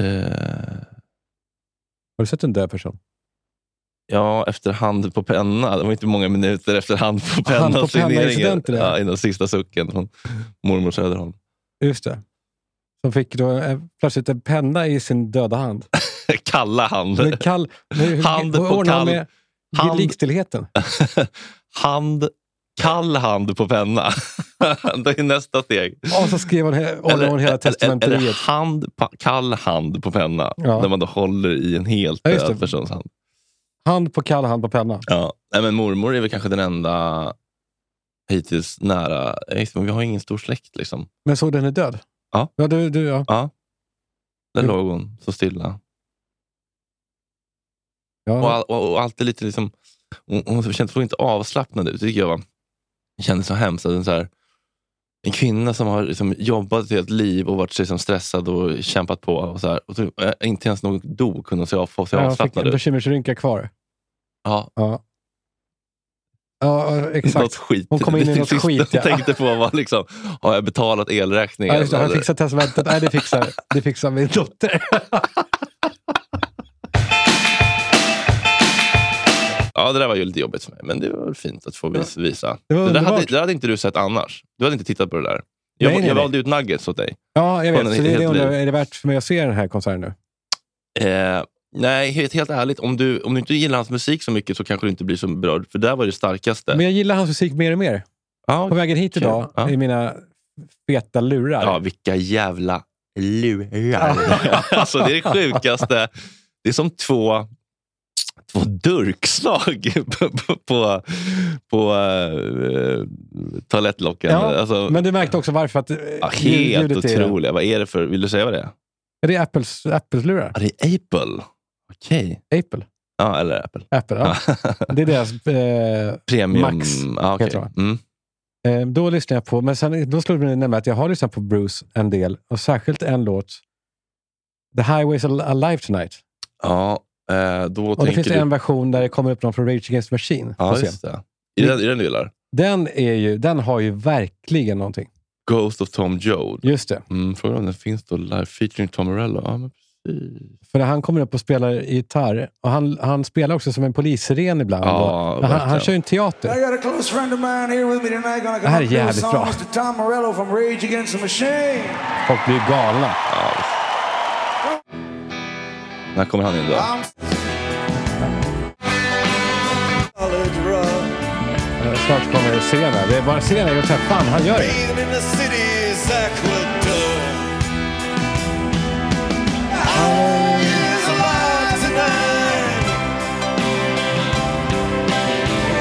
Speaker 2: eh,
Speaker 1: Har du sett en död person?
Speaker 2: Ja, efterhand på penna. Det var inte många minuter efterhand på penna.
Speaker 1: Hand på penna,
Speaker 2: signeringen.
Speaker 1: incidenter där.
Speaker 2: ja, innan sista sucken från mormor Söderholm.
Speaker 1: Just det. Som fick då eh, plötsligt en penna i sin döda hand.
Speaker 2: Kalla hand.
Speaker 1: Men kall, hur,
Speaker 2: Hand
Speaker 1: hur
Speaker 2: på
Speaker 1: ordnar han
Speaker 2: kall-
Speaker 1: med
Speaker 2: hand-
Speaker 1: likstillheten?
Speaker 2: det är nästa steg.
Speaker 1: Och så skrev hon, he- och hon hela
Speaker 2: eller, eller
Speaker 1: testamenteriet.
Speaker 2: hand, pa, kall hand på penna,
Speaker 1: Ja.
Speaker 2: när man då håller i en helt
Speaker 1: Ja, just det.
Speaker 2: död persons hand.
Speaker 1: Hand på kall, hand på penna.
Speaker 2: Ja. Nej, men mormor är väl kanske den enda hittills nära... Nej, just det, men Vi har ingen stor släkt. liksom.
Speaker 1: Men så den är död?
Speaker 2: Ja.
Speaker 1: Ja, du, du, ja.
Speaker 2: Ja. Där
Speaker 1: Jo.
Speaker 2: låg hon så stilla. Och,
Speaker 1: ja.
Speaker 2: all, och, och alltid lite liksom... Hon, hon kände, såg inte avslappnad ut. Det tycker jag var, det kändes så hemskt. att En, så här, en kvinna som har liksom jobbat ett helt liv och varit liksom stressad och kämpat på. Och så här, och så, eh, inte ens någon dog kunde hon se av, få sig
Speaker 1: Jag fick
Speaker 2: avslappnad
Speaker 1: en
Speaker 2: ut.
Speaker 1: bekymmersrynka kvar.
Speaker 2: Ja,
Speaker 1: Ja. Ja,
Speaker 2: Något
Speaker 1: exakt.
Speaker 2: skit.
Speaker 1: Hon kom in i
Speaker 2: Det
Speaker 1: något
Speaker 2: sista
Speaker 1: skit, ja.
Speaker 2: Hon tänkte på var liksom, har jag betalat elräkningen?
Speaker 1: Ja, just det, har jag
Speaker 2: Eller-
Speaker 1: fixat testamentet? Nej, det fixar, det fixar min dotter.
Speaker 2: Ja, det där var ju lite jobbigt för mig, men det var väl fint att få vis- visa.
Speaker 1: Det
Speaker 2: Det,
Speaker 1: var
Speaker 2: där hade,
Speaker 1: underbart.
Speaker 2: det hade inte du sett annars. Du hade inte tittat på det där. Jag,
Speaker 1: Nej, nej,
Speaker 2: jag
Speaker 1: nej.
Speaker 2: valde ut nuggets åt dig.
Speaker 1: Ja, jag vet.
Speaker 2: Hon hade
Speaker 1: Så det är,
Speaker 2: helt
Speaker 1: det jag undrar,
Speaker 2: liv.
Speaker 1: är det värt för mig att se den här konserten nu?
Speaker 2: Eh, nej, helt, helt ärligt, om du, om du inte gillar hans musik så mycket så kanske du inte blir så berörd, för där var det starkaste.
Speaker 1: Men jag gillar hans musik mer och mer.
Speaker 2: ja,
Speaker 1: På vägen hit
Speaker 2: Kul.
Speaker 1: idag,
Speaker 2: Ja.
Speaker 1: i mina feta lurar.
Speaker 2: ja, vilka jävla lurar. alltså, det är det sjukaste. Det är som två, två durkslag på, på, på, på eh, toalettlocken.
Speaker 1: Ja,
Speaker 2: alltså,
Speaker 1: Men du märkte också varför att eh,
Speaker 2: Ja,
Speaker 1: ljudet
Speaker 2: helt
Speaker 1: är i den.
Speaker 2: otroliga. Vad är det för... Vill du säga vad det är?
Speaker 1: Ja, det är Apples, Apples lurar.
Speaker 2: Ja, det är Apple. Okej.
Speaker 1: Apple.
Speaker 2: Ja, eller Apple.
Speaker 1: Apple ja. Det är deras... Eh,
Speaker 2: Premium.
Speaker 1: Max,
Speaker 2: ja, okej.
Speaker 1: heter
Speaker 2: mm.
Speaker 1: eh, då lyssnar jag på... Men sen, då slog det mig nämligen att jag har lyssnat på Bruce en del. Och särskilt en låt. The Highways Al- Alive Tonight.
Speaker 2: ja eh, då
Speaker 1: Och det
Speaker 2: tänker
Speaker 1: finns
Speaker 2: du...
Speaker 1: en version där det kommer upp någon från Rage Against the Machine. på
Speaker 2: ja,
Speaker 1: scen.
Speaker 2: just det. Är
Speaker 1: Mm.
Speaker 2: det, är det den du gillar?
Speaker 1: Den, är ju, den har ju verkligen någonting.
Speaker 2: Ghost of Tom Joad.
Speaker 1: Just det.
Speaker 2: Mm, frågan om den finns då live featuring Tom Morello. Ja, men precis.
Speaker 1: För när han kommer upp och spelar gitarr. Och han, han spelar också som en polisiren ibland.
Speaker 2: Ja,
Speaker 1: och, han, han
Speaker 2: verkligen.
Speaker 1: kör ju en teater.
Speaker 8: I got a close friend of mine here with me tonight. Gonna come
Speaker 1: Här
Speaker 8: up and do a
Speaker 1: är jävligt
Speaker 8: song,
Speaker 1: bra.
Speaker 8: Mr. Tom Morello from Rage Against the Machine.
Speaker 1: Folk blir galna.
Speaker 2: Ja, visst. När kommer han in då?
Speaker 8: I'm solid rock,
Speaker 1: Eh, Snart kommer Sena. Det är bara Sena. Jag säger, fan, han gör det.
Speaker 8: even in the city's aqueduct. I is alive tonight.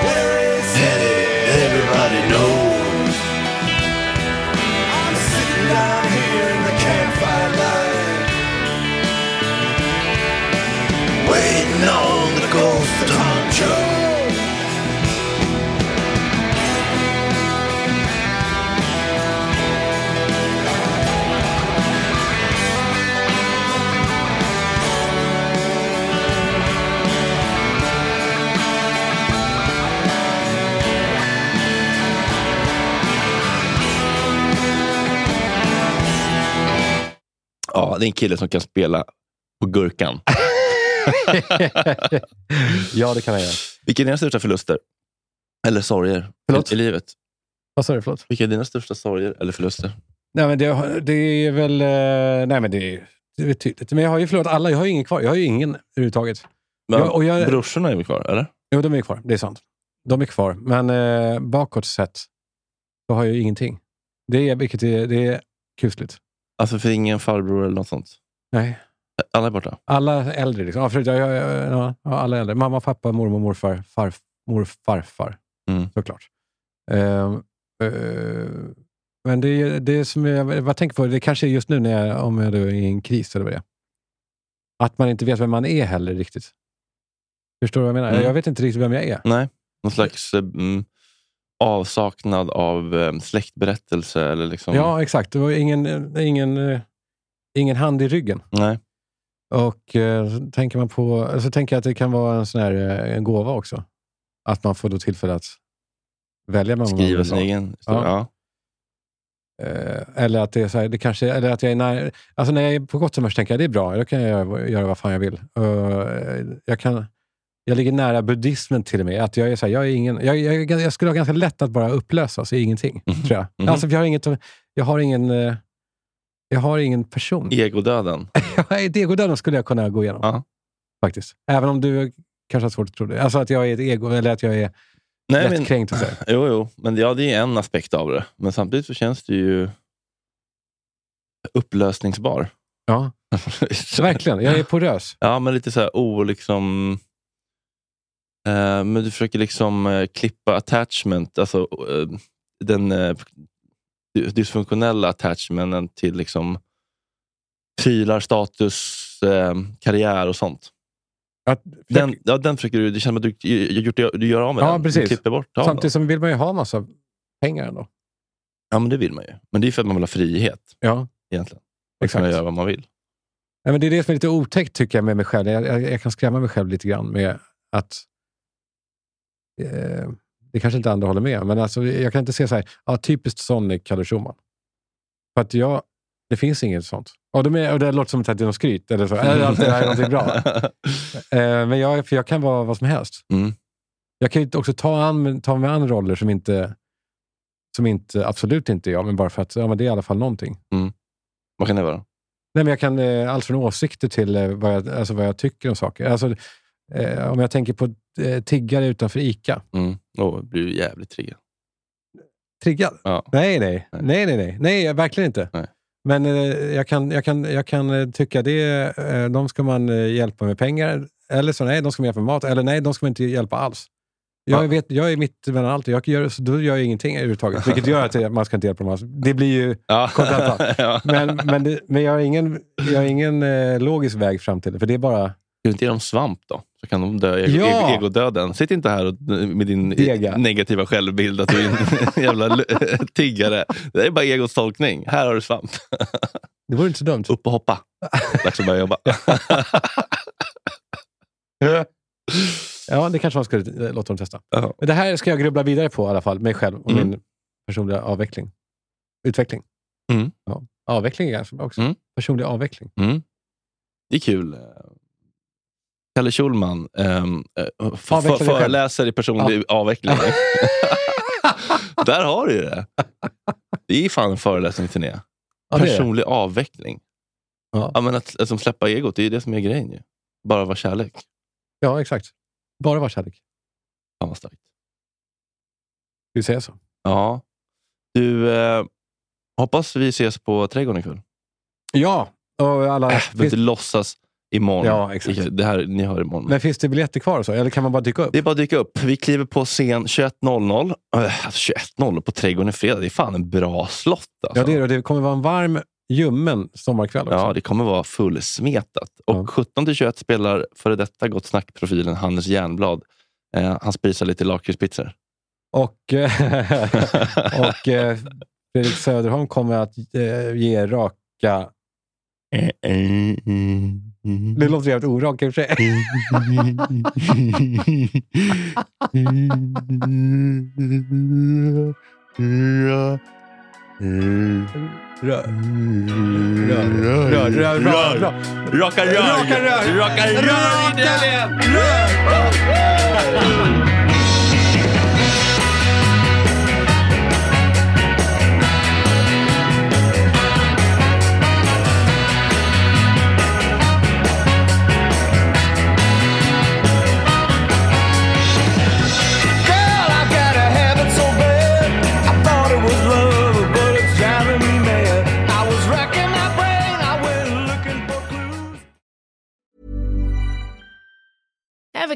Speaker 8: Where is Eddie? Everybody knows. I'm sitting down here in the campfire light. Waiting on the ghost of Tom Jones.
Speaker 2: Ja, det är en kille som kan spela på gurkan.
Speaker 1: ja, det kan han göra.
Speaker 2: Vilka är dina största förluster? Eller sorger
Speaker 1: Förlåt?
Speaker 2: i, i livet?
Speaker 1: Vad sa du? Förlåt?
Speaker 2: Vilka är dina största sorger eller förluster?
Speaker 1: Nej, men det, det är väl... eh, Nej, men det är, det är tydligt. Men jag har ju förlorat alla. Jag har ju ingen kvar. Jag har ju ingen överhuvudtaget.
Speaker 2: Men,
Speaker 1: Ja, och jag-
Speaker 2: Brorsorna är väl kvar, eller?
Speaker 1: Jo, de är ju kvar. Det är sant. De är kvar. Men eh, bakåt sett så har jag ju ingenting. Det är, vilket är, det är kusligt.
Speaker 2: Alltså för ingen farbror eller något sånt?
Speaker 1: Nej.
Speaker 2: Alla är borta?
Speaker 1: Alla äldre. Liksom. Ja, förutom, jag, jag, ja, ja, alla äldre. Mamma, pappa, mormor, morfar, farmor, farfar.
Speaker 2: Mm.
Speaker 1: Såklart. Ehm, eh, men det, är- det är som jag, vad jag tänker på, det kanske är just nu när jag, om jag då är i en kris eller vad det är. Att man inte vet vem man är heller riktigt. Förstår du vad jag menar?
Speaker 2: Mm.
Speaker 1: Jag vet inte riktigt vem jag är.
Speaker 2: Nej. Någon slags eh, mm, avsaknad av eh, släktberättelse? Eller liksom.
Speaker 1: Ja, exakt. Det var ingen, ingen, eh, ingen hand i ryggen.
Speaker 2: Nej.
Speaker 1: Och eh, så tänker man på, så tänker jag att det kan vara en sån här eh, en gåva också. Att man får då tillfälle att välja vem man
Speaker 2: Skriva
Speaker 1: vill
Speaker 2: sin
Speaker 1: vara.
Speaker 2: egen historia.
Speaker 1: Ja.
Speaker 2: Ja.
Speaker 1: Eh, Eller att, det är så här, det kanske, eller att jag är när, alltså när jag är på gott humör så tänker jag det är bra, då kan jag göra, göra vad fan jag vill. Eh, jag, kan, jag ligger nära buddhismen till och med. Att jag, är så här, jag, är ingen, jag, jag, jag skulle ha ganska lätt att bara upplösas i ingenting,
Speaker 2: Mhm.
Speaker 1: tror jag.
Speaker 2: Mhm.
Speaker 1: Alltså, för jag har, inget, jag har ingen... eh, Jag har ingen person.
Speaker 2: Egodöden.
Speaker 1: Nej, Egodöden skulle jag kunna gå igenom.
Speaker 2: Ja.
Speaker 1: Faktiskt. Även om du kanske har svårt att tro det. Alltså att jag är ett ego, eller att jag är
Speaker 2: Nej,
Speaker 1: lättkränkt
Speaker 2: men,
Speaker 1: och så.
Speaker 2: Jo, jo. Men ja, det är en aspekt av det. Men samtidigt så känns det ju upplösningsbar.
Speaker 1: Ja. Verkligen, jag är porös.
Speaker 2: Ja, men lite så här o... liksom, eh, men du försöker liksom eh, klippa attachment, alltså eh, den eh, dy- dysfunktionella attachmenten till liksom prylar, status, eh, karriär och sånt. den, ja, den försöker du, det känns som att du, du, gjort, du gör av med
Speaker 1: Ja,
Speaker 2: den. Du
Speaker 1: precis.
Speaker 2: klipper bort av den.
Speaker 1: Samtidigt som vill man ju ha massa pengar ändå.
Speaker 2: Ja, men det vill man ju. Men det är för att man vill ha frihet
Speaker 1: Ja.
Speaker 2: egentligen. Och kunna göra vad man vill.
Speaker 1: Nej, men det är det som är lite otäckt tycker jag med mig själv. Jag, jag, jag kan skrämma mig själv lite grann med att... Eh, det kanske inte andra håller med men alltså, jag kan inte se så här, ja, typiskt sån är Kalle Schumann. För att jag, det finns inget sånt. Och, de är, och det låter som att det är någon skryt eller så. Är allt det här någonting bra? Eh, men jag, för jag kan vara vad som helst.
Speaker 2: Mm.
Speaker 1: Jag kan ju också ta, an, ta mig an roller som inte, som inte absolut inte är jag, men bara för att ja, men det är i alla fall någonting.
Speaker 2: Vad kan det vara?
Speaker 1: Nej, men jag kan eh, allt från åsikter till eh, vad, jag, alltså vad jag tycker om saker. Alltså, eh, om jag tänker på eh, tiggare utanför ICA.
Speaker 2: Mm. Åh, jag blir jävligt triggad.
Speaker 1: Triggad?
Speaker 2: Ja.
Speaker 1: Nej, nej. Nej, nej, nej. nej jag- verkligen inte.
Speaker 2: Nej.
Speaker 1: Men eh, jag kan, jag kan, jag kan eh, tycka det. Eh, de ska man eh, hjälpa med pengar. Eller så nej, de ska man hjälpa med mat. Eller nej, de ska man inte hjälpa alls. Jag,
Speaker 2: Ja.
Speaker 1: vet, jag är mitt mellan allt. Jag gör, så då gör jag ingenting överhuvudtaget. Vilket gör att man ska inte hjälpa dem alls. Det blir ju
Speaker 2: Ja.
Speaker 1: kontentan.
Speaker 2: ja.
Speaker 1: Men, men, det, men jag har ingen, jag har ingen eh, logisk väg fram till det. För det är bara...
Speaker 2: Ska du inte ge dem svamp då? Så kan de dö ego,
Speaker 1: Ja.
Speaker 2: ego, egodöden. Sitt inte här och, med din e-
Speaker 1: Dega.
Speaker 2: negativa självbild att du är en jävla l- tiggare. Det är bara egots tolkning. Här har du svamp.
Speaker 1: Det vore inte så dumt.
Speaker 2: Upp och hoppa. Dags att börja jobba.
Speaker 1: Ja, det kanske man skulle eh, låta dem testa.
Speaker 2: Ja.
Speaker 1: Men det här ska jag grubbla vidare på i alla fall, mig själv och
Speaker 2: Mm.
Speaker 1: min personliga avveckling. Utveckling.
Speaker 2: Mm.
Speaker 1: Ja. Avveckling är ganska bra också.
Speaker 2: Mm.
Speaker 1: Personlig avveckling.
Speaker 2: Mm. Det är kul. Kalle Schulman, ehm, eh, f-
Speaker 1: Avveckla dig själv.
Speaker 2: föreläser i personlig avveckling. Där har du ju det. Det är fan en föreläsningsturné.
Speaker 1: Ja, det är det.
Speaker 2: personlig avveckling.
Speaker 1: Ja.
Speaker 2: Ja, men att, att som släppa egot, det är ju det som är grejen. Ju. Bara vara kärlek.
Speaker 1: Ja, exakt. Bara vara kärlek. Ska
Speaker 2: Fan vad starkt.
Speaker 1: vi säga så?
Speaker 2: Ja. Du, eh, hoppas vi ses på Trädgården
Speaker 1: Äh,
Speaker 2: ikväll.
Speaker 1: Ja! Och alla,
Speaker 2: Äh, vi
Speaker 1: finns,
Speaker 2: inte låtsas imorgon.
Speaker 1: Ja, exakt.
Speaker 2: Det här, ni hör imorgon.
Speaker 1: men finns det biljetter kvar och så? Eller kan man bara dyka upp?
Speaker 2: Det är bara att dyka upp. Vi kliver på scen 21.00. Äh, Alltså 21.00 på Trädgården i fredag. Det är fan en bra slott. Alltså.
Speaker 1: Ja, det, är, det. och det kommer vara en varm, ljummen sommarkväll också.
Speaker 2: Ja, det kommer vara fullsmetat. Och
Speaker 1: Ja.
Speaker 2: 17-21 spelar före detta Gott Snack-profilen Hannes Jernblad. Eh, han spisar lite lakritspizzor.
Speaker 1: Och, eh, och eh, Fredrik Söderholm kommer att eh, ge raka... Det låter jävligt orakt i och för sig. Rör. Rör. Rör. Rör. Rör. Rör.
Speaker 2: Raka rör!
Speaker 1: Raka rör!
Speaker 2: Raka rör!
Speaker 1: Raka
Speaker 8: Girl, I got a habit so bad. I thought it was love, but it's driving me mad. I was racking my brain, I went looking for clues.
Speaker 6: Ever